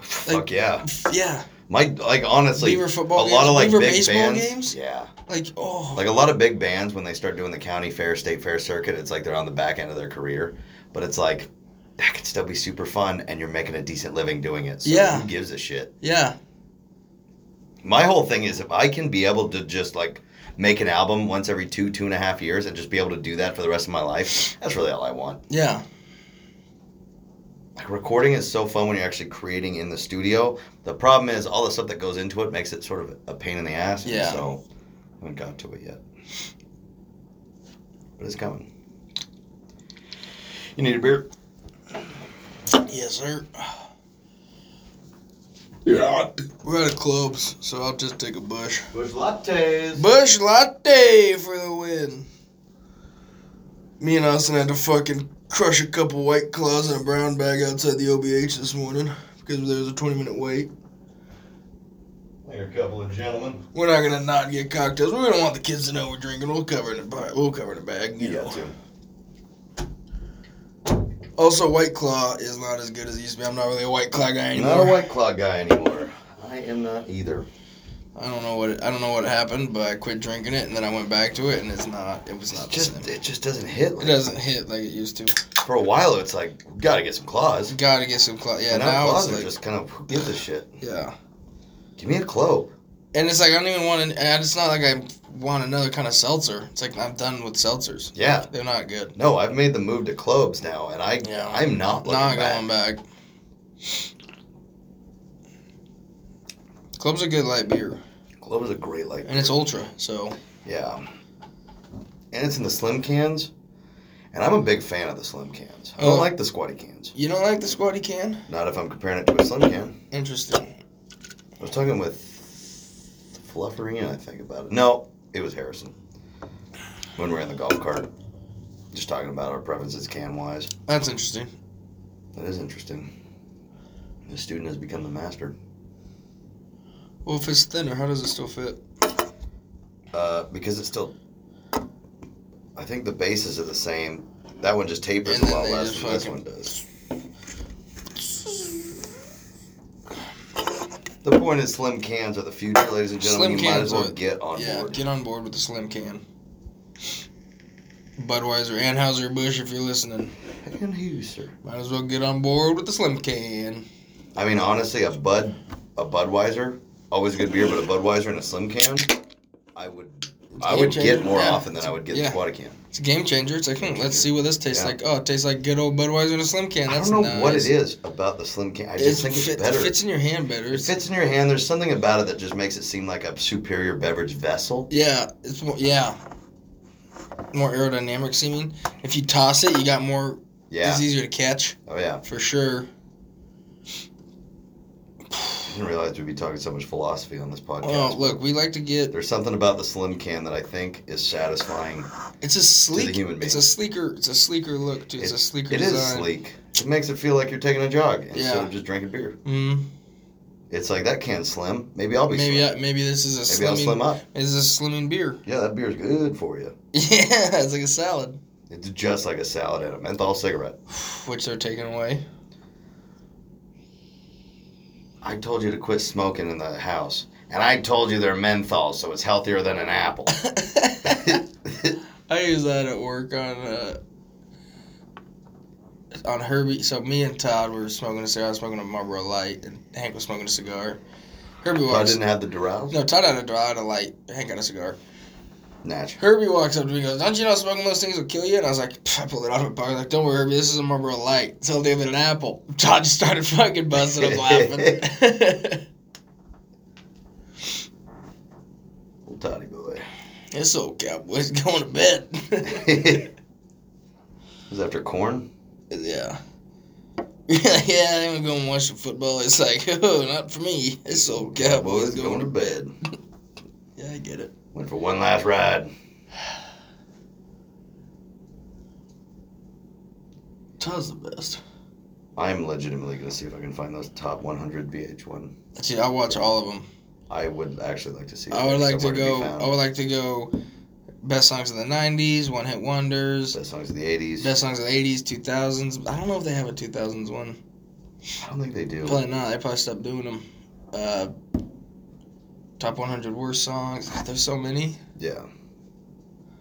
[SPEAKER 3] Fuck yeah.
[SPEAKER 1] Yeah.
[SPEAKER 3] My like honestly
[SPEAKER 1] Beaver football
[SPEAKER 3] a lot
[SPEAKER 1] games,
[SPEAKER 3] of like
[SPEAKER 1] Beaver
[SPEAKER 3] big
[SPEAKER 1] baseball
[SPEAKER 3] bands.
[SPEAKER 1] games?
[SPEAKER 3] Yeah.
[SPEAKER 1] Like oh.
[SPEAKER 3] Like a lot of big bands when they start doing the county fair, state fair circuit, it's like they're on the back end of their career. But it's like that could still be super fun and you're making a decent living doing it. So
[SPEAKER 1] Yeah.
[SPEAKER 3] who gives a shit?
[SPEAKER 1] yeah.
[SPEAKER 3] My whole thing is if I can be able to just like make an album once every two, two and a half years and just be able to do that for the rest of my life, that's really all I want.
[SPEAKER 1] Yeah.
[SPEAKER 3] Like recording is so fun when you're actually creating in the studio. The problem is all the stuff that goes into it makes it sort of a pain in the ass. and
[SPEAKER 1] Yeah.
[SPEAKER 3] So I haven't got to it yet. But it's coming. You need a beer?
[SPEAKER 1] Yes, sir. We're out of clubs, so I'll just take a bush.
[SPEAKER 3] Bush lattes.
[SPEAKER 1] Bush latte for the win. Me and Austin had to fucking crush a couple white claws in a brown bag outside the OBH this morning because there was a 20 minute wait.
[SPEAKER 3] Like a couple of gentlemen.
[SPEAKER 1] We're not gonna not get cocktails. We're gonna want the kids to know we're drinking. We'll cover it in a bag. We'll cover it in a bag. You
[SPEAKER 3] You
[SPEAKER 1] know.
[SPEAKER 3] got to.
[SPEAKER 1] Also, White Claw is not as good as it used to be. I'm not really a White Claw guy
[SPEAKER 3] I'm
[SPEAKER 1] anymore.
[SPEAKER 3] not a white claw guy anymore. I am not either.
[SPEAKER 1] I don't know what I don't know what happened, but I quit drinking it and then I went back to it and it's not. It was
[SPEAKER 3] It's
[SPEAKER 1] not the
[SPEAKER 3] just
[SPEAKER 1] same.
[SPEAKER 3] it just doesn't hit.
[SPEAKER 1] It
[SPEAKER 3] Like,
[SPEAKER 1] doesn't hit like it used to.
[SPEAKER 3] For a while, it's like gotta get some claws.
[SPEAKER 1] Gotta get some claw. Yeah,
[SPEAKER 3] and
[SPEAKER 1] now
[SPEAKER 3] claws
[SPEAKER 1] it's
[SPEAKER 3] are
[SPEAKER 1] like
[SPEAKER 3] just kind of who gives a shit.
[SPEAKER 1] yeah.
[SPEAKER 3] Give me a clove.
[SPEAKER 1] And it's like I don't even want. to. It's not like I want another kind of seltzer. It's like I'm done with seltzers.
[SPEAKER 3] Yeah.
[SPEAKER 1] They're not good.
[SPEAKER 3] No, I've made the move to clubs now, and I
[SPEAKER 1] Yeah.
[SPEAKER 3] I'm not looking
[SPEAKER 1] Not
[SPEAKER 3] back.
[SPEAKER 1] going back. Club's a good light beer,
[SPEAKER 3] Club is a great like.
[SPEAKER 1] and it's ultra. So
[SPEAKER 3] Yeah. And it's in the slim cans, and I'm a big fan of the slim cans. I don't
[SPEAKER 1] Oh.
[SPEAKER 3] like the squatty cans.
[SPEAKER 1] you don't like the squatty can?
[SPEAKER 3] Not if I'm comparing it to a slim can.
[SPEAKER 1] Interesting.
[SPEAKER 3] I was talking with Flufferina, I think about it. No, it was Harrison. When we were in the golf cart, just talking about our preferences can wise.
[SPEAKER 1] That's interesting.
[SPEAKER 3] That is interesting. The student has become the master.
[SPEAKER 1] Well, if it's thinner, how does it still fit?
[SPEAKER 3] Uh, because it's still. I think the bases are the same. That one just tapers
[SPEAKER 1] And
[SPEAKER 3] a
[SPEAKER 1] then
[SPEAKER 3] lot
[SPEAKER 1] they
[SPEAKER 3] less
[SPEAKER 1] just
[SPEAKER 3] than this one
[SPEAKER 1] fucking-
[SPEAKER 3] does. The point is, slim cans are the future, ladies and
[SPEAKER 1] Slim
[SPEAKER 3] gentlemen. you might
[SPEAKER 1] cans
[SPEAKER 3] as well
[SPEAKER 1] are-
[SPEAKER 3] get on
[SPEAKER 1] yeah,
[SPEAKER 3] board.
[SPEAKER 1] get on board with the slim can. Budweiser, Anheuser Busch, if you're listening,
[SPEAKER 3] And who, sir?
[SPEAKER 1] might as well get on board with the slim can.
[SPEAKER 3] I mean, honestly, a Bud, a Budweiser, always a good beer, but a Budweiser and a slim can, I would, I
[SPEAKER 1] game
[SPEAKER 3] would get
[SPEAKER 1] changer.
[SPEAKER 3] more
[SPEAKER 1] Yeah.
[SPEAKER 3] often than I would get the
[SPEAKER 1] Yeah.
[SPEAKER 3] squatty can.
[SPEAKER 1] It's a game changer. It's like, hmm, let's see what this tastes
[SPEAKER 3] Yeah.
[SPEAKER 1] like. Oh, it tastes like good old Budweiser in a slim can.
[SPEAKER 3] I
[SPEAKER 1] That's
[SPEAKER 3] don't know what
[SPEAKER 1] nice.
[SPEAKER 3] it is about the slim can. I
[SPEAKER 1] It
[SPEAKER 3] just think it's
[SPEAKER 1] fit-
[SPEAKER 3] better.
[SPEAKER 1] fits in your hand better.
[SPEAKER 3] It
[SPEAKER 1] It's-
[SPEAKER 3] fits in your hand. There's something about it that just makes it seem like a superior beverage vessel.
[SPEAKER 1] Yeah, it's more, yeah, more aerodynamic seeming. If you toss it, you got more.
[SPEAKER 3] Yeah.
[SPEAKER 1] It's easier to catch
[SPEAKER 3] Oh yeah.
[SPEAKER 1] for sure.
[SPEAKER 3] I didn't realize we'd be talking so much philosophy on this podcast.
[SPEAKER 1] Oh, look, we like to get.
[SPEAKER 3] There's something about the slim can that I think is satisfying.
[SPEAKER 1] It's a sleek.
[SPEAKER 3] human
[SPEAKER 1] it's a
[SPEAKER 3] being.
[SPEAKER 1] sleeker. It's a sleeker look too. It's a sleeker
[SPEAKER 3] It is
[SPEAKER 1] design.
[SPEAKER 3] sleek. It makes it feel like you're taking a jog instead
[SPEAKER 1] Yeah.
[SPEAKER 3] of just drinking beer.
[SPEAKER 1] Mm,
[SPEAKER 3] It's like that can's slim. Maybe I'll be
[SPEAKER 1] maybe
[SPEAKER 3] slim.
[SPEAKER 1] I, maybe this is a
[SPEAKER 3] Maybe I'll
[SPEAKER 1] slimming.
[SPEAKER 3] slim up.
[SPEAKER 1] this is a slimming beer.
[SPEAKER 3] Yeah, that beer's good for you.
[SPEAKER 1] Yeah, it's like a salad,
[SPEAKER 3] It's just like a salad and a menthol cigarette.
[SPEAKER 1] which they're taking away.
[SPEAKER 3] I told you to quit smoking in the house, and I told you they're menthol, so it's healthier than an apple.
[SPEAKER 1] I use that at work on uh, on Herbie. So me and Todd were smoking a cigar. I was smoking a Marlboro Light, and Hank was smoking a cigar. Herbie
[SPEAKER 3] I
[SPEAKER 1] walks.
[SPEAKER 3] didn't have the Doral.
[SPEAKER 1] No, Todd had a draw, I had a light. Hank had a cigar.
[SPEAKER 3] Natural.
[SPEAKER 1] Herbie walks up to me and goes, "Don't you know smoking those things will kill you?" And I was like, "Pff," "I pulled it out of my pocket." Like, "Don't worry, Herbie. This is a Marlboro Light. It's healthier than an apple." Todd just started fucking busting up laughing.
[SPEAKER 3] Old Toddy boy.
[SPEAKER 1] this old cowboy's going to bed.
[SPEAKER 3] it was after corn.
[SPEAKER 1] Yeah. Yeah, yeah, I'm gonna go and watch the football. It's like, oh, not for me. This old cowboy's going to bed. Yeah, I get it.
[SPEAKER 3] Went for one last ride.
[SPEAKER 1] Todd's the best.
[SPEAKER 3] I'm legitimately gonna see if I can find those top 100 VH1.
[SPEAKER 1] Dude, I watch all of them.
[SPEAKER 3] I would actually like to see.
[SPEAKER 1] I
[SPEAKER 3] if
[SPEAKER 1] would
[SPEAKER 3] they're
[SPEAKER 1] like to
[SPEAKER 3] somewhere be
[SPEAKER 1] go.
[SPEAKER 3] found.
[SPEAKER 1] I would like to go. Best songs of the '90s, one hit wonders.
[SPEAKER 3] Best songs of the 80s.
[SPEAKER 1] Best songs of the '80s, 2000s. I don't know if they have a 2000s one.
[SPEAKER 3] I don't think they do.
[SPEAKER 1] Probably not. They probably stopped doing them. Uh, top 100 worst songs. God, there's so many.
[SPEAKER 3] Yeah.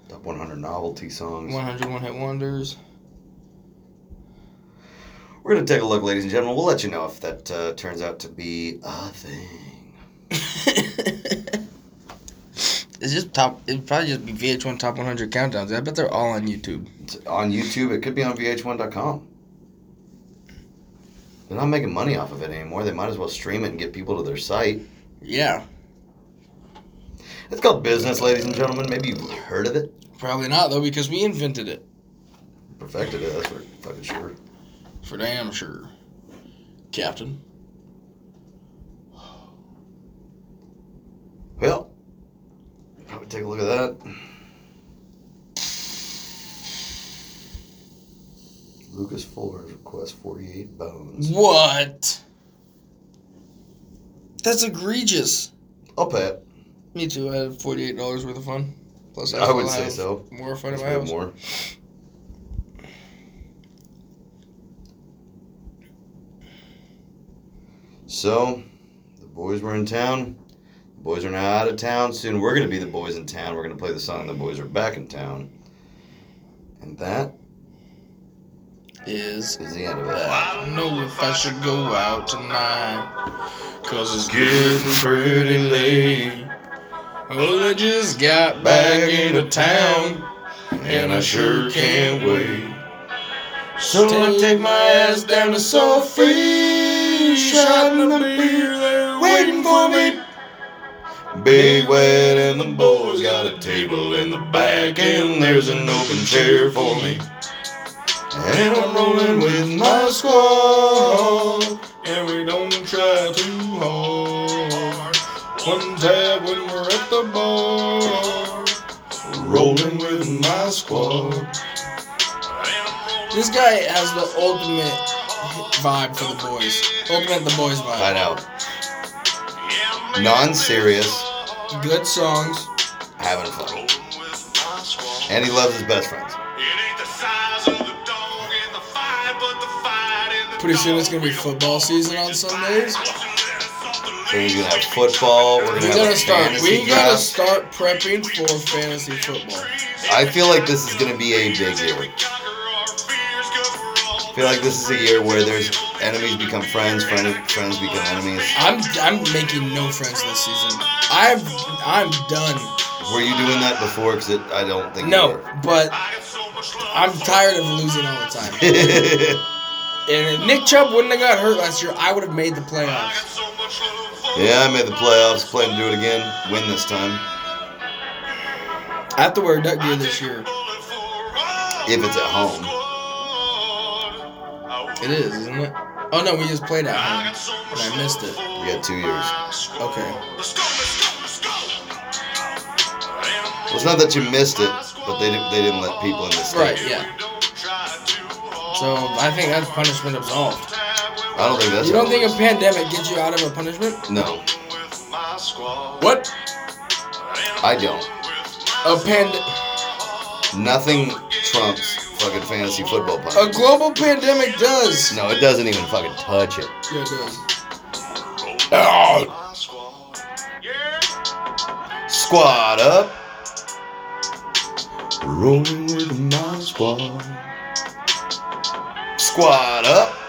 [SPEAKER 3] Top 100 novelty songs.
[SPEAKER 1] 100 one hit wonders.
[SPEAKER 3] We're gonna take a look, ladies and gentlemen. We'll let you know if that uh, turns out to be a thing.
[SPEAKER 1] it's just top. It'd probably just be VH1 Top 100 countdowns. I bet they're all on YouTube.
[SPEAKER 3] It's on YouTube. It could be on VH1.com. They're not making money off of it anymore. They might as well stream it and get people to their site.
[SPEAKER 1] Yeah,
[SPEAKER 3] It's called business, ladies and gentlemen. Maybe you've heard of it.
[SPEAKER 1] probably not though because we invented it
[SPEAKER 3] Perfected it. That's for fucking sure.
[SPEAKER 1] for damn sure, Captain.
[SPEAKER 3] Well, probably take a look at that. Lucas Fuller's request 48 bones.
[SPEAKER 1] What? That's egregious.
[SPEAKER 3] I'll pay it.
[SPEAKER 1] Me too. I had forty-eight dollars worth of fun. Plus,
[SPEAKER 3] I would
[SPEAKER 1] still
[SPEAKER 3] say
[SPEAKER 1] have
[SPEAKER 3] so.
[SPEAKER 1] More fun
[SPEAKER 3] Let's
[SPEAKER 1] in my
[SPEAKER 3] get
[SPEAKER 1] house.
[SPEAKER 3] more. So, the boys were in town. The boys are now out of town. Soon we're going to be the boys in town. We're going to play the song The Boys Are Back in Town. And that
[SPEAKER 1] is
[SPEAKER 3] Is the end of that.
[SPEAKER 1] I don't know if I should go out tonight. Cause it's getting pretty late. Well, I just got back into town. And I sure can't wait. So I take my ass down to Sophie. Shotting a beer there waiting for me.
[SPEAKER 2] Big Wet and the boys got a table in the back, and there's an open chair for me.
[SPEAKER 3] And I'm rolling with my squad.
[SPEAKER 2] Oh, and we don't try too hard. One tab when we're at the bar, rolling with my squad.
[SPEAKER 1] This guy has the ultimate vibe for the boys. Ultimate the boys
[SPEAKER 3] I
[SPEAKER 1] vibe.
[SPEAKER 3] know. Non-serious,
[SPEAKER 1] Good songs.
[SPEAKER 3] having fun, and he loves his best friends.
[SPEAKER 1] Pretty soon it's gonna be football season on Sundays.
[SPEAKER 3] So he's gonna have football. We're
[SPEAKER 1] We
[SPEAKER 3] gonna have
[SPEAKER 1] gotta
[SPEAKER 3] a
[SPEAKER 1] start.
[SPEAKER 3] fantasy
[SPEAKER 1] We gotta
[SPEAKER 3] draft.
[SPEAKER 1] start prepping for fantasy football.
[SPEAKER 3] I feel like this is gonna be a big year. I feel like this is a year where there's enemies become friends, friend, friends become enemies.
[SPEAKER 1] I'm I'm making no friends this season. I've I'm done.
[SPEAKER 3] Were you doing that before? Because I don't think. You
[SPEAKER 1] No,
[SPEAKER 3] were.
[SPEAKER 1] but I'm tired of losing all the time.
[SPEAKER 3] yeah,
[SPEAKER 1] And if Nick Chubb wouldn't have got hurt last year, I would have made the playoffs.
[SPEAKER 3] I made the playoffs. Plan to do it again. Win this time
[SPEAKER 1] I have to wear a duck gear this year.
[SPEAKER 3] if it's at home.
[SPEAKER 1] It is, isn't it? Oh no, we just played at home, but I missed it.
[SPEAKER 3] We got two years.
[SPEAKER 1] Okay.
[SPEAKER 3] Well, it's not that you missed it, but they didn't, they didn't let people in the state.
[SPEAKER 1] Right. Yeah. So I think that's punishment absolved.
[SPEAKER 3] I don't think that's.
[SPEAKER 1] You don't
[SPEAKER 3] how
[SPEAKER 1] think
[SPEAKER 3] it
[SPEAKER 1] a pandemic gets you out of a punishment?
[SPEAKER 3] is. No,
[SPEAKER 1] What?
[SPEAKER 3] I don't.
[SPEAKER 1] A pand.
[SPEAKER 3] Nothing trumps fucking fantasy football punch.
[SPEAKER 1] A global pandemic does.
[SPEAKER 3] No, it doesn't even fucking touch it.
[SPEAKER 1] Yeah, it does.
[SPEAKER 3] Squad up. Rolling with my squad. Squad up.